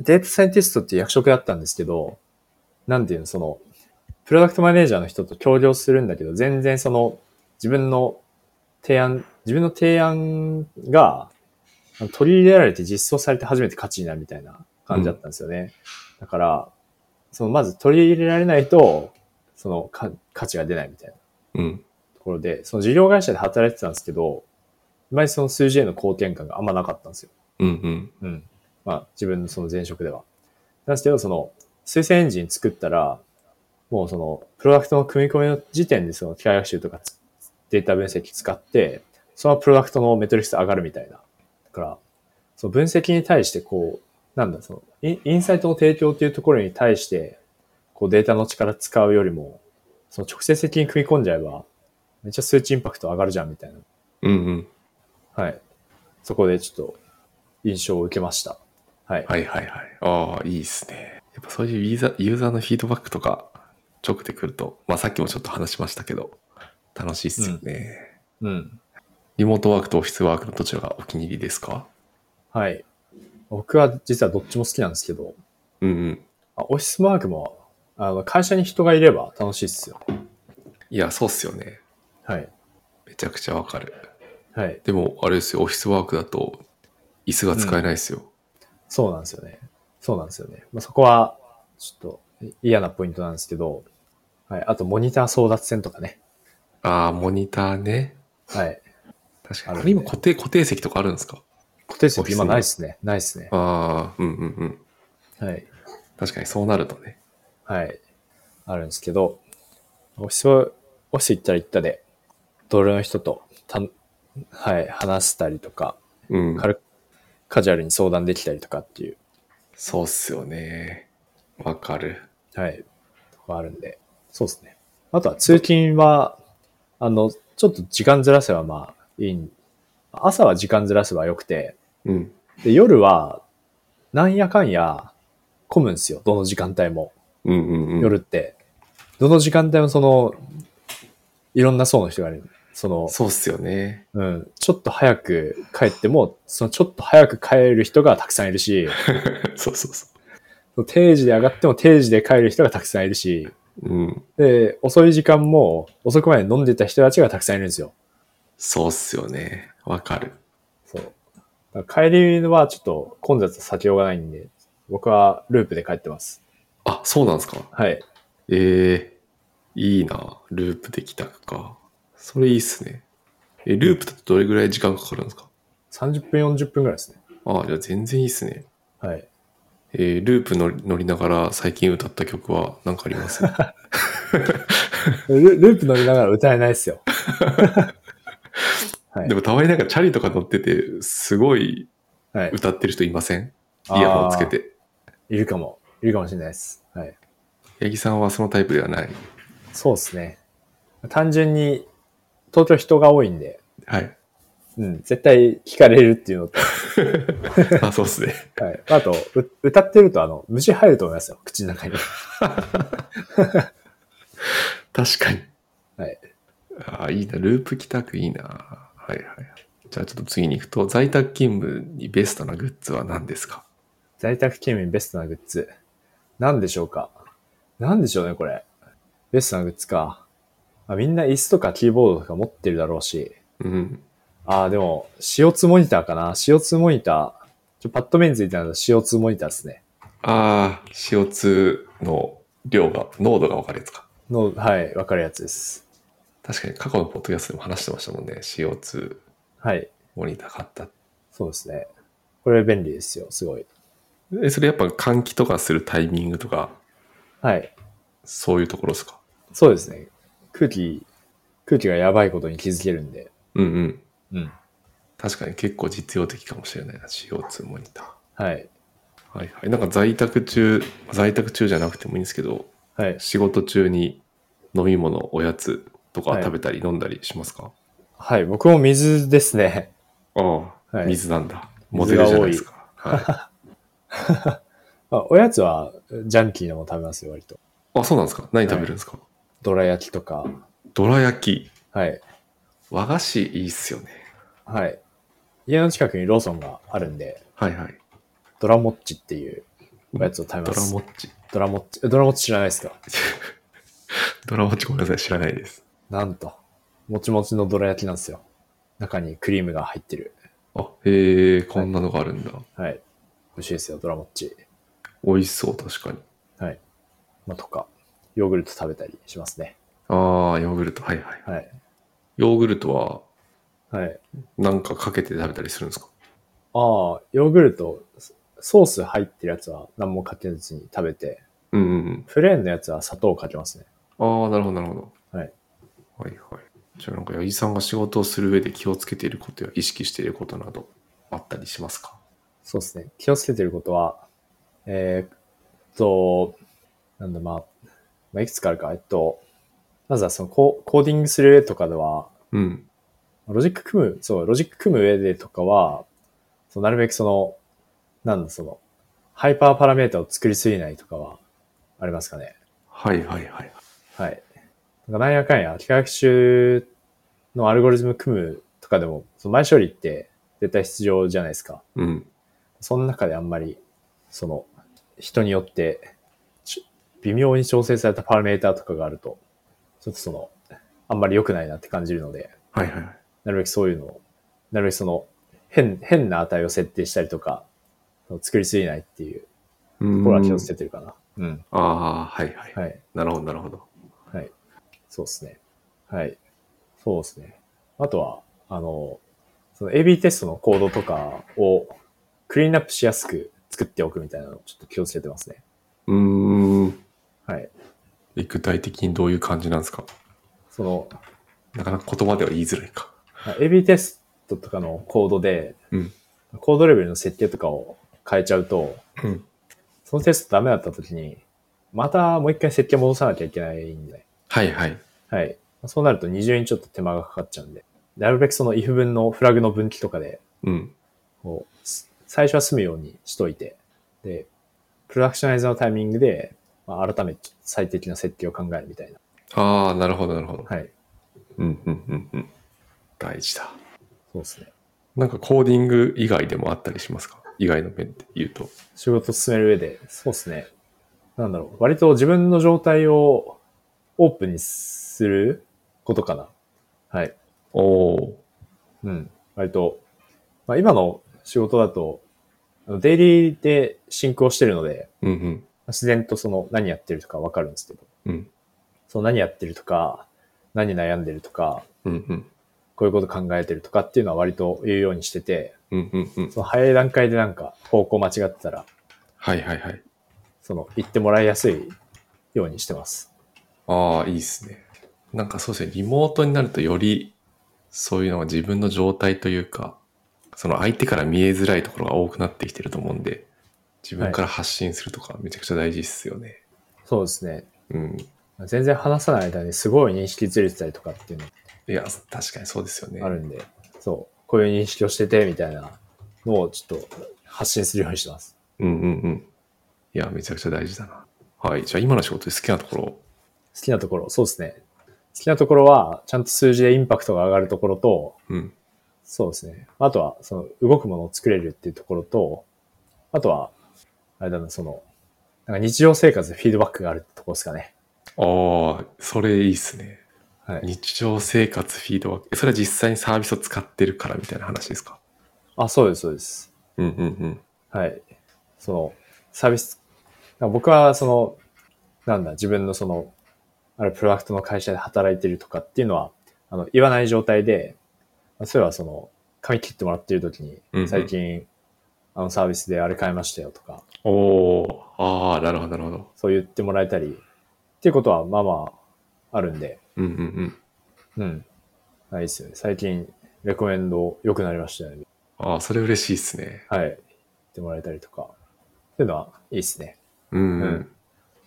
Speaker 2: データサイエンティストっていう役職だったんですけど、なんていうの、その、プロダクトマネージャーの人と協業するんだけど、全然その、自分の提案、自分の提案があの取り入れられて実装されて初めて価値になるみたいな感じだったんですよね。だから、その、まず取り入れられないと、そそのか価値が出ないみたいな
Speaker 1: うん。
Speaker 2: ところで、その事業会社で働いてたんですけど、あまりその数字への貢献感があんまなかったんですよ。
Speaker 1: うんうん。
Speaker 2: うん。まあ、自分のその前職では。なんですけど、その、推薦エンジン作ったら、もうその、プロダクトの組み込みの時点でその機械学習とかつデータ分析使って、そのプロダクトのメトリクス上がるみたいな。だから、その分析に対してこう、なんだ、その、インインサイトの提供というところに対して、こうデータの力使うよりも、その直接的に組み込んじゃえば、めっちゃ数値インパクト上がるじゃんみたいな。
Speaker 1: うんうん。
Speaker 2: はい。そこでちょっと印象を受けました。はい。
Speaker 1: はいはいはい。ああ、いいですね。やっぱそういうユーザーユーザーのフィードバックとか、直でくると、まあさっきもちょっと話しましたけど、楽しいっすよね。
Speaker 2: うん。
Speaker 1: リモートワークとオフィスワークのどちらがお気に入りですか
Speaker 2: はい。僕は実はどっちも好きなんですけど、
Speaker 1: うんうん。
Speaker 2: あオフィスワークも、あの、会社に人がいれば楽しいっすよ。
Speaker 1: いや、そうっすよね。
Speaker 2: はい。
Speaker 1: めちゃくちゃわかる。
Speaker 2: はい。
Speaker 1: でも、あれですよ、オフィスワークだと、椅子が使えないですよ。
Speaker 2: そうなんですよね。そうなんですよね。まあ、そこは、ちょっと嫌なポイントなんですけど、はい。あと、モニター争奪戦とかね。
Speaker 1: ああ、モニターね。
Speaker 2: はい。
Speaker 1: 確か
Speaker 2: あ
Speaker 1: に。
Speaker 2: る
Speaker 1: あ
Speaker 2: ね
Speaker 1: れ今固定、固定席とかあるんですか
Speaker 2: 固定
Speaker 1: オフィ
Speaker 2: 席
Speaker 1: ス
Speaker 2: 今ないっすね。ないっすね。
Speaker 1: ああ、うんうんうん。
Speaker 2: はい。
Speaker 1: 確かにそうなるとね。
Speaker 2: はい。あるんですけど、オフィスは、オフィス行ったら行ったで、同僚の人と、たん、はい、話したりとか、
Speaker 1: うん。
Speaker 2: 軽く、カジュアルに相談できたりとかっていう、
Speaker 1: そうっすよね。わかる。
Speaker 2: はい、とこあるんで、そうですね。あとは通勤は、あの、ちょっと時間ずらせばまあいいん、朝は時間ずらせばよくて、
Speaker 1: うん。
Speaker 2: で夜は、なんやかんや、混むんですよ、どの時間帯も。
Speaker 1: うんうんうん。
Speaker 2: 夜って。どの時間帯もその、いろんな層の人がいる。その、
Speaker 1: そうっすよね。
Speaker 2: うん、ちょっと早く帰っても、そのちょっと早く帰る人がたくさんいるし、
Speaker 1: そうそうそ
Speaker 2: その定時で上がっても定時で帰る人がたくさんいるし、
Speaker 1: う。うん。
Speaker 2: で、遅い時間も遅くまで飲んでた人たちがたくさんいるんですよ。
Speaker 1: そうっすよね。わかる。
Speaker 2: そう。だから帰りはちょっと混雑は避けようがないんで、僕はループで帰ってます。
Speaker 1: あ、そうなんですか。
Speaker 2: はい。
Speaker 1: ええいいな。ループできたか。それいいっすね。え、ループだとどれぐらい時間かかるんですか
Speaker 2: 30分、40分ぐらいですね。
Speaker 1: ああ、じゃあ全然いいっすね。
Speaker 2: はい。
Speaker 1: えーループ乗り乗りながら最近歌った曲は何かあります
Speaker 2: ルループ乗りながら歌えないですよ。はい
Speaker 1: でもたまになんかチャリとか乗ってて、すごい
Speaker 2: はい。
Speaker 1: 歌ってる人いませんイヤホンつけて。
Speaker 2: いるかも。いるかもしれないです。はい。
Speaker 1: 八木さんはそのタイプではない。
Speaker 2: そうですね。単純に、東京人が多いんで、
Speaker 1: はい。
Speaker 2: うん、絶対聞かれるっていうのと、
Speaker 1: あ、そうっすね。
Speaker 2: はい。あと、う歌ってると、あの、虫入ると思いますよ。口の中に。
Speaker 1: 確かに。
Speaker 2: はい。
Speaker 1: ああ、いいな。ループ帰宅いいな。はいはい。じゃあちょっと次に行くと、在宅勤務にベストなグッズは何ですか
Speaker 2: 在宅勤務にベストなグッズ。なんでしょうかなんでしょうね、これ。ベストなグッズか。あ、みんな椅子とかキーボードとか持ってるだろうし。
Speaker 1: うん。
Speaker 2: ああ、でも、CO2 モニターかな ?CO2 モニター。ちょ、パッと目についてるのは CO2 モニターですね。
Speaker 1: ああ、CO2 の量が、濃度が分かるやつか。
Speaker 2: の、はい、わかるやつです。
Speaker 1: 確かに過去のポッドキャストでも話してましたもんね。CO2
Speaker 2: はい。
Speaker 1: モニター買った。
Speaker 2: そうですね。これ便利ですよ、すごい。
Speaker 1: え、それやっぱ換気とかするタイミングとか、
Speaker 2: はい。
Speaker 1: そういうところですか
Speaker 2: そうですね。空気、空気がやばいことに気づけるんで。
Speaker 1: うんうん。
Speaker 2: うん。
Speaker 1: 確かに結構実用的かもしれないな。CO2 モニター。
Speaker 2: はい。
Speaker 1: はいはい。なんか在宅中、在宅中じゃなくてもいいんですけど、
Speaker 2: はい。
Speaker 1: 仕事中に飲み物、おやつとか
Speaker 2: はい
Speaker 1: 食べたり飲んだりしますか、
Speaker 2: はい。僕も水ですね。
Speaker 1: ああ、
Speaker 2: はい
Speaker 1: 水なんだ。モデ
Speaker 2: 水
Speaker 1: ル
Speaker 2: が
Speaker 1: じ
Speaker 2: 多い
Speaker 1: ゃないですか。は
Speaker 2: あおやつは、ジャンキーなもの食べますよ、割と。
Speaker 1: い、あ、そう なんですか何食べるんですか、
Speaker 2: どら焼きとか。
Speaker 1: どら焼き。
Speaker 2: はい。
Speaker 1: 和菓子いいっすよね。
Speaker 2: はい。家の近くにローソンがあるんで、
Speaker 1: はいはい。
Speaker 2: ドラモッチっていうおやつを食
Speaker 1: ド
Speaker 2: べま
Speaker 1: ラ
Speaker 2: す。
Speaker 1: もっち。
Speaker 2: ドラモッチ。えドラモッチ知らないですか
Speaker 1: ドラもっちごめんなさい、知らないです。
Speaker 2: なんと。もちもちのどら焼きなんですよ。中にクリームが入ってる。
Speaker 1: あ、へえ、こんなのがあるんだ。
Speaker 2: はい。美味しいですよ、ドラモッチ。
Speaker 1: 美味しそう、確かに。
Speaker 2: はい。まあ、とか。ヨーグルト食べたりしますね。
Speaker 1: ああ、ヨーグルト。はいはい。
Speaker 2: はい。
Speaker 1: ヨーグルトは
Speaker 2: はい。
Speaker 1: なんかかけて食べたりするんですか
Speaker 2: ああ、ヨーグルト、ソース入ってるやつは何もかけずに食べて、
Speaker 1: うんうん
Speaker 2: プレーンのやつは砂糖をかけますね。
Speaker 1: うん。ああ、なるほどなるほど。
Speaker 2: はい。
Speaker 1: はいはい。じゃあなんか、八木さんが仕事をする上で気をつけていることや意識していることなどあったりしますか
Speaker 2: そうですね。気をつけてることは、えーっと、なんだ、まあ、まあ、いくつかあるか。えっと、まずはそのココーディングする上とかでは、
Speaker 1: うん。
Speaker 2: ロジック組む、そう、ロジック組む上でとかは、そうなるべくその、なんだ、その、ハイパーパラメータを作りすぎないとかは、ありますかね。
Speaker 1: はいはいはい。
Speaker 2: はい。なんかなんやかんや、機械学習のアルゴリズム組むとかでも、その前処理って絶対必要じゃないですか。
Speaker 1: うん。
Speaker 2: その中であんまり、その、人によって、ち微妙に調整されたパラメーターとかがあると、ちょっとその、あんまり良くないなって感じるので、
Speaker 1: はいはいはい。
Speaker 2: なるべくそういうのを、なるべくその、変、変な値を設定したりとか、作りすぎないっていう
Speaker 1: うん
Speaker 2: ところは気をつけてるかな。うん。
Speaker 1: ああ、はいはい。
Speaker 2: はい。
Speaker 1: なるほどなるほど。
Speaker 2: はい。そうですね。はい。そうですね。あとは、あの、その AB テストのコードとかをクリーンアップしやすく作っておくみたいなのをちょっと気をつけてますね。
Speaker 1: うーん。
Speaker 2: はい。
Speaker 1: え具体的にどういう感じなんですか
Speaker 2: その、
Speaker 1: なかなか言葉では言いづらいか。
Speaker 2: まあ AB テストとかのコードで、
Speaker 1: うん
Speaker 2: コードレベルの設計とかを変えちゃうと、
Speaker 1: うん
Speaker 2: そのテストダメだった時に、またもう一回設計戻さなきゃいけないんで、
Speaker 1: はいはい。
Speaker 2: はい。そうなると二重にちょっと手間がかかっちゃうんで、なるべくその if 分のフラグの分岐とかで、
Speaker 1: うん。
Speaker 2: こう、す最初は済むようにしといて、で、プロダクショナイズのタイミングで、まあ、改めて最適な設計を考えるみたいな。
Speaker 1: ああ、なるほどなるほど。
Speaker 2: はい。
Speaker 1: うんうんうんうん。大事だ。
Speaker 2: そうですね。
Speaker 1: なんかコーディング以外でもあったりしますか以外の面で言うと。
Speaker 2: 仕事を進める上で、そうですね。なんだろう。割と自分の状態をオープンにすることかな。はい。
Speaker 1: おお
Speaker 2: うん。割と、まあ、今の仕事だと、あのデイリーで進行してるので、
Speaker 1: ー。うん
Speaker 2: 自然とその何やってるとかわかるんですけど、
Speaker 1: うん。うん。
Speaker 2: その何やってるとか、何悩んでるとか、
Speaker 1: うんうん。
Speaker 2: こういうこと考えてるとかっていうのは割と言うようにしてて、
Speaker 1: うんうんうん。
Speaker 2: その早い段階でなんか方向間違ってたら、
Speaker 1: はいはいはい。
Speaker 2: その言ってもらいやすいようにしてます。
Speaker 1: ああ、いいですね。なんかそうですね。リモートになるとより、そういうのが自分の状態というか、その相手から見えづらいところが多くなってきてると思うんで、自分から発信するとかめちゃくちゃ大事ですよね。
Speaker 2: そうですね。
Speaker 1: うん。
Speaker 2: 全然話さない間にすごい認識ずれてたりとかっていうの
Speaker 1: いや、確かにそうですよね。
Speaker 2: があるんで、そう、こういう認識をしててみたいなのをちょっと発信するようにしてます。
Speaker 1: うんうんうん。いや、めちゃくちゃ大事だな。はい。じゃあ今の仕事で好きなところ。
Speaker 2: 好きなところ、そうですね。好きなところは、ちゃんと数字でインパクトが上がるところと、
Speaker 1: うん。
Speaker 2: そうですね。あとは、その、動くものを作れるっていうところと、あとは、あれだな、その、なんか日常生活でフィードバックがあるってところですかね。
Speaker 1: ああ、それいいっすね。
Speaker 2: はい。
Speaker 1: 日常生活フィードバック。それは実際にサービスを使ってるからみたいな話ですか
Speaker 2: あ、そうです、そうです。
Speaker 1: うんうんうん。
Speaker 2: はい。その、サービス、なんか僕は、その、なんだ、自分のその、あれ、プロダクトの会社で働いてるとかっていうのは、あの、言わない状態で、まあそういえばその、髪切ってもらってる時
Speaker 1: うんう
Speaker 2: に、
Speaker 1: ん
Speaker 2: 最近、あのサービスであれ買いましたよとか、
Speaker 1: おおああ、なるほどなるほど。
Speaker 2: そう言ってもらえたり、っていうことはまあまああるんで、
Speaker 1: うんうんうん。
Speaker 2: うん。ないですよね。最近、レコメンド良くなりましたよね。
Speaker 1: ああ、それ嬉しいっすね。
Speaker 2: はい。言ってもらえたりとか。っていうのはいいですね。
Speaker 1: うんう
Speaker 2: うんん。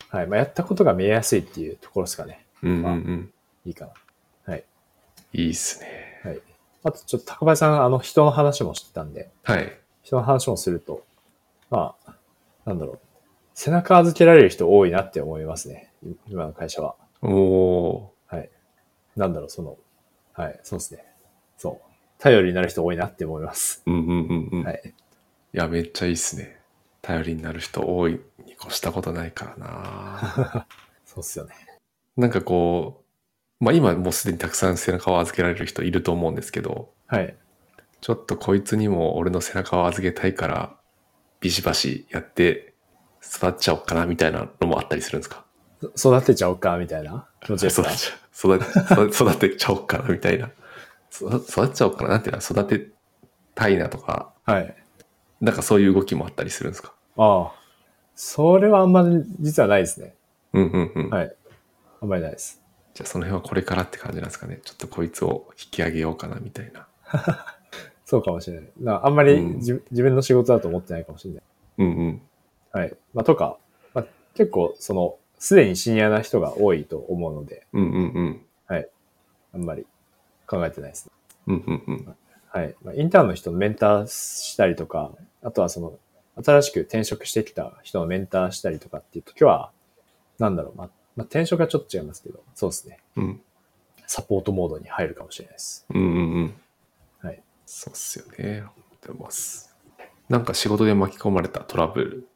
Speaker 2: はい。まあ、やったことが見えやすいっていうところですかね。
Speaker 1: うんうんうん。
Speaker 2: いいかな。はい。
Speaker 1: いいっすね。
Speaker 2: はい。あと、ちょっと高林さん、あの、人の話もしてたんで、
Speaker 1: はい。
Speaker 2: 人の話もすると、まあ、なんだろう。背中預けられる人多いなって思いますね。今の会社は。
Speaker 1: おお
Speaker 2: はい。なんだろう、その、はい、そうですね。そう。頼りになる人多いなって思 います。
Speaker 1: うんうんうんうん。、
Speaker 2: はいい。
Speaker 1: や、めっちゃいいっすね。頼りになる人多いに越したことないからな。
Speaker 2: そうっすよね。
Speaker 1: なんかこう、まあ今もうすでにたくさん背中を預けられる人いると思うんですけど、
Speaker 2: はい。
Speaker 1: ちょっとこいつにも俺の背中を預けたいから、ビシバシやって育っちゃおっかなみたいなのもあったりするんですか
Speaker 2: そ育てちゃおうか、みたいな気持ちです
Speaker 1: 育
Speaker 2: か
Speaker 1: てちゃ育て育 てちゃおうかなみたいな。そ育てちゃおうかななんていうの育てたいなとか、
Speaker 2: はい。
Speaker 1: なんかそういう動きもあったりするんですか
Speaker 2: ああ。それはあんまり実はないですね。
Speaker 1: うんうんうん。
Speaker 2: はい。あんまりないです。
Speaker 1: じゃあその辺はこれからって感じなんですかね。ちょっとこいつを引き上げようかなみたいな。
Speaker 2: そうかもしれない。なあんまり
Speaker 1: うん
Speaker 2: じ、自分の仕事だと思ってないかもしれない。
Speaker 1: うんうん。
Speaker 2: はい。まあ、とか、まあ、結構、その、すでにシニアな人が多いと思うので、
Speaker 1: うんうんうん。
Speaker 2: あんまり考えてないですね。
Speaker 1: うんうんうん。
Speaker 2: はい。まあ、インターンの人のメンターしたりとか、あとはその、新しく転職してきた人のメンターしたりとかっていう時は、なんだろう、まあ、まあ、転職はちょっと違いますけど、そうですね。
Speaker 1: うん
Speaker 2: サポートモードに入るかもしれないです。
Speaker 1: うんうんうん。
Speaker 2: はい。
Speaker 1: そうっすよね。思ってます。なんか仕事で巻き込まれたトラブル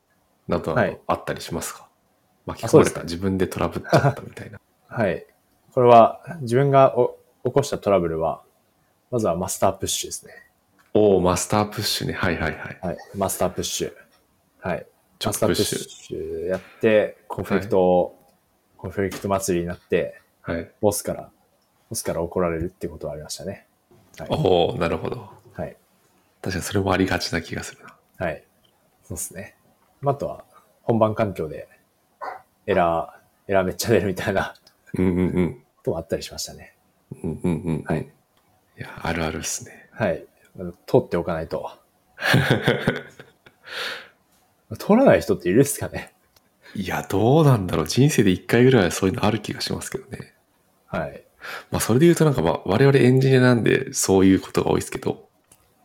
Speaker 1: などな
Speaker 2: はい
Speaker 1: どあったりしますか、巻き
Speaker 2: あそ
Speaker 1: 込ま
Speaker 2: う
Speaker 1: れ
Speaker 2: です
Speaker 1: た、
Speaker 2: ね
Speaker 1: 自分でトラブっちゃったみたい な。
Speaker 2: はい。これは、自分がお起こしたトラブルは、まずはマスタープッシュですね。
Speaker 1: おお、マスタープッシュね。はいはいはい。
Speaker 2: はい。マスタープッシュ。はい。
Speaker 1: ちょ
Speaker 2: マ
Speaker 1: っ
Speaker 2: スタ
Speaker 1: とプ
Speaker 2: ープ
Speaker 1: ッ
Speaker 2: ッ
Speaker 1: シュ
Speaker 2: シュやって、コンフリクトを、コンフリクト祭りになって、
Speaker 1: はい。
Speaker 2: ボスから、ボスから怒られるってことはありましたね。はい。
Speaker 1: おおなるほど。
Speaker 2: はい。
Speaker 1: 確かにそれもありがちな気がするな。
Speaker 2: はい。そうですね。まああとは、本番環境で、エラー、エラーめっちゃ出るみたいな
Speaker 1: うんうんうん。
Speaker 2: こともあったりしましたね。
Speaker 1: うんうんうん。
Speaker 2: はい。
Speaker 1: いや、あるあるっすね。
Speaker 2: はい。通っておかな いと。通らない人っているですかね
Speaker 1: いや、どうなんだろう。人生で一回ぐらいはそういうのある気がしますけどね。
Speaker 2: はい。
Speaker 1: まあ、それで言うとなんか、まあ、我々エンジニアなんでそういうことが多いですけど、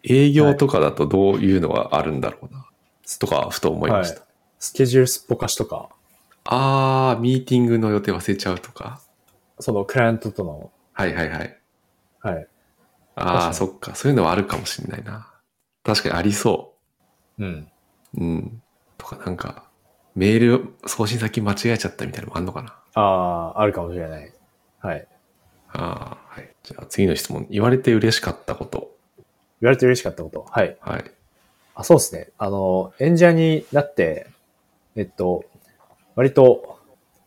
Speaker 1: 営業とかだとどういうのがあるんだろうな。とか、ふと思いました。
Speaker 2: はいスケジュールすっぽかしとか、
Speaker 1: あー、ミーティングの予定忘れちゃうとか。
Speaker 2: そのクライアントとの、
Speaker 1: はいはいはい。
Speaker 2: はい。確
Speaker 1: あ
Speaker 2: か
Speaker 1: ー、
Speaker 2: に
Speaker 1: そっか。そういうのはあるかもしれないな。確かにありそ
Speaker 2: うん。
Speaker 1: う。うん。とか、なんか、メール送信先間違えちゃったみたいなのもあんのかな。
Speaker 2: ああ、あるかもしれない。はい。
Speaker 1: あー、はい。じゃあ次の質問。言われて嬉しかったこと。
Speaker 2: 言われて嬉しかったこと。はい。
Speaker 1: はい。
Speaker 2: あ、そうですね。あの、演者になって、えっと、割と、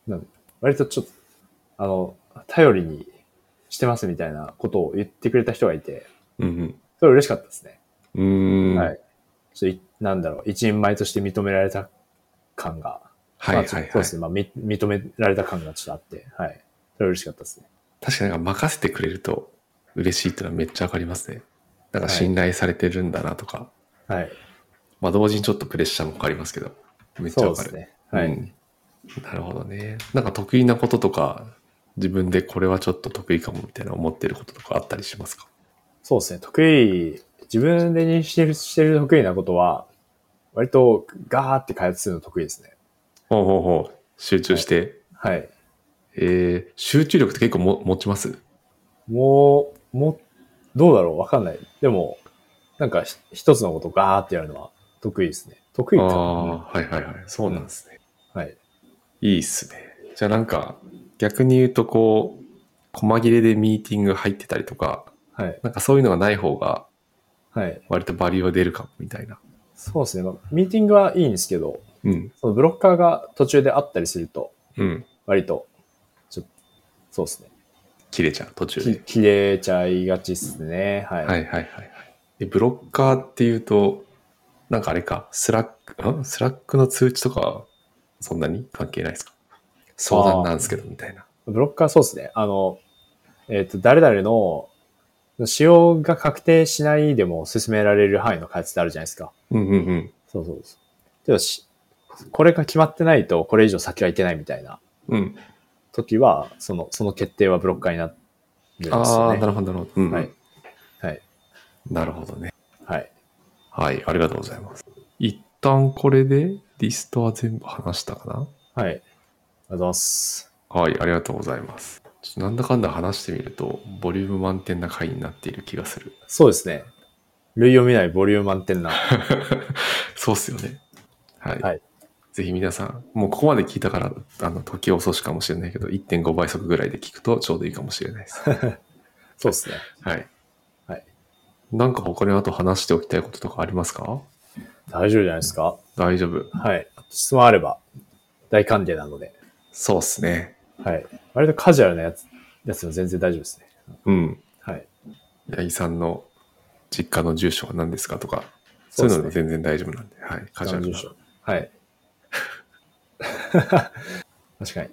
Speaker 2: なん割とちょっと、あの、頼りにしてますみたいなことを言ってくれた人がいて、
Speaker 1: うん
Speaker 2: それ嬉しかったですね。
Speaker 1: うん。うーん。
Speaker 2: はい。ちょっとい、なんだろう、一人前として認められた感が、
Speaker 1: はいはい
Speaker 2: まあ
Speaker 1: はい。
Speaker 2: そうですね。まあ、み認められた感がちょっとあって、はい。それ嬉しかったですね。
Speaker 1: 確かになんか任せてくれると嬉しいってのはめっちゃわかりますね。なんか信頼されてるんだなとか、
Speaker 2: はい。
Speaker 1: まあ同時にちょっとプレッシャーもかかりますけど、めっちゃ
Speaker 2: そう
Speaker 1: わ
Speaker 2: で
Speaker 1: か
Speaker 2: す
Speaker 1: る。
Speaker 2: ね。はい。
Speaker 1: うんなるほどね。なんか得意なこととか、自分でこれはちょっと得意かもみたいな思ってることとかあったりしますか
Speaker 2: そうですね。得意、自分で認識してるしてる得意なことは、割とガーって開発するの得意ですね。
Speaker 1: ほうほうほう。集中して。
Speaker 2: はい。
Speaker 1: えー、集中力って結構も持ちます
Speaker 2: もう、もう、どうだろうわかんない。でも、なんかひ一つのことをガーってやるのは得意ですね。得意
Speaker 1: あ
Speaker 2: か
Speaker 1: あ
Speaker 2: な。
Speaker 1: ー、はいはいはい。そうなんですね。
Speaker 2: はい。
Speaker 1: いいっすね。じゃあなんか、逆に言うとこう、細切れでミーティング入ってたりとか、
Speaker 2: はい。
Speaker 1: なんかそういうのがない方が
Speaker 2: はい。
Speaker 1: 割とバリューは出るかもみたいな。
Speaker 2: そうですね。まあ、ミーティングはいいんですけど、
Speaker 1: うん。
Speaker 2: そのブロッカーが途中であったりすると、
Speaker 1: うん。
Speaker 2: 割と、ちょっと、そうですね。
Speaker 1: 切れちゃう途中
Speaker 2: き
Speaker 1: で。
Speaker 2: 切れちゃいがちですね。はい。
Speaker 1: はいはいはいはい。で、ブロッカーっていうと、なんかあれか、スラック、んスラックの通知とか、そんなに関係ないですか相談なんですけどみたいな。
Speaker 2: ブロッカーそうですね。あの、えっ、と、誰々の使用が確定しないでも進められる範囲の開発ってあるじゃないですか。
Speaker 1: うんうんうん。
Speaker 2: そうそうそう。でもし、これが決まってないと、これ以上先はいけないみたいな
Speaker 1: うん。
Speaker 2: 時は、その、その決定はブロッカーになるんです
Speaker 1: あ
Speaker 2: よ
Speaker 1: あ、
Speaker 2: ね。
Speaker 1: なるほどなるほど。うんうん、
Speaker 2: はい。はい。
Speaker 1: なるほどね。
Speaker 2: はい。
Speaker 1: はい、ありがとうございます。一旦これでリストは全部話したかな
Speaker 2: はい。ありがとうございます。
Speaker 1: はい、ありがとうございます。ちょっとなんだかんだ話してみると、ボリューム満点な回になっている気がする。
Speaker 2: そうですね。類を見ないボリューム満点な。
Speaker 1: そうっすよね。はい。
Speaker 2: はい
Speaker 1: ぜひ皆さん、もうここまで聞いたから、あの、時遅しかもしれないけど、1.5倍速ぐらいで聞くとちょうどいいかもしれないです。
Speaker 2: そうですね。
Speaker 1: はい。
Speaker 2: はい。
Speaker 1: なんか他にあと話しておきたいこととかありますか
Speaker 2: 大丈夫じゃないですか。
Speaker 1: 大丈夫。
Speaker 2: はい。質問あれば、大歓迎なので。
Speaker 1: そうっすね。
Speaker 2: はい。割とカジュアルなやつ、やつも全然大丈夫ですね。
Speaker 1: うん。
Speaker 2: はい。
Speaker 1: 八木さんの実家の住所は何ですかとか、そ
Speaker 2: そう
Speaker 1: う
Speaker 2: で
Speaker 1: いうの
Speaker 2: すね
Speaker 1: も全然大丈夫なんで、はい。カジュアルな。
Speaker 2: はい。 確かに。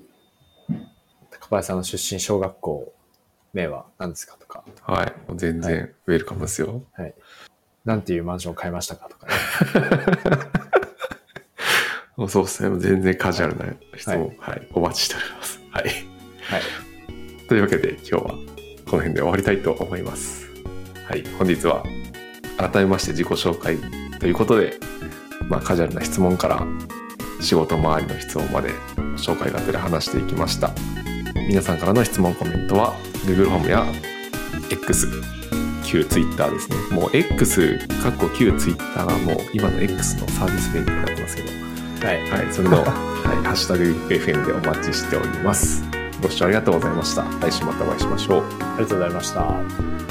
Speaker 2: 高林さんの出身小学校名は何ですかとか、
Speaker 1: はい。もう全然ウェルカムですよ。
Speaker 2: はい。なんていうマンションを買いましたかとか、ね、
Speaker 1: もうそうですね。もう全然カジュアルな質問、はい、お待ちしております。はい。
Speaker 2: はい。
Speaker 1: というわけで今日はこの辺で終わりたいと思います。はい、本日は改めまして自己紹介ということで、まあ、カジュアルな質問から仕事周りの質問まで紹介がてら話していきました。皆さんからの質問コメントは Google ホームや X、旧 Twitter ですね。もう X、かっこ旧 Twitter はもう今の X のサービスでやってますけど、
Speaker 2: はい。
Speaker 1: はい、それの、はい、ハッシュタグ FM でお待ちしております。ご視聴ありがとうございました。来週またお会いしましょう。
Speaker 2: ありがとうございました。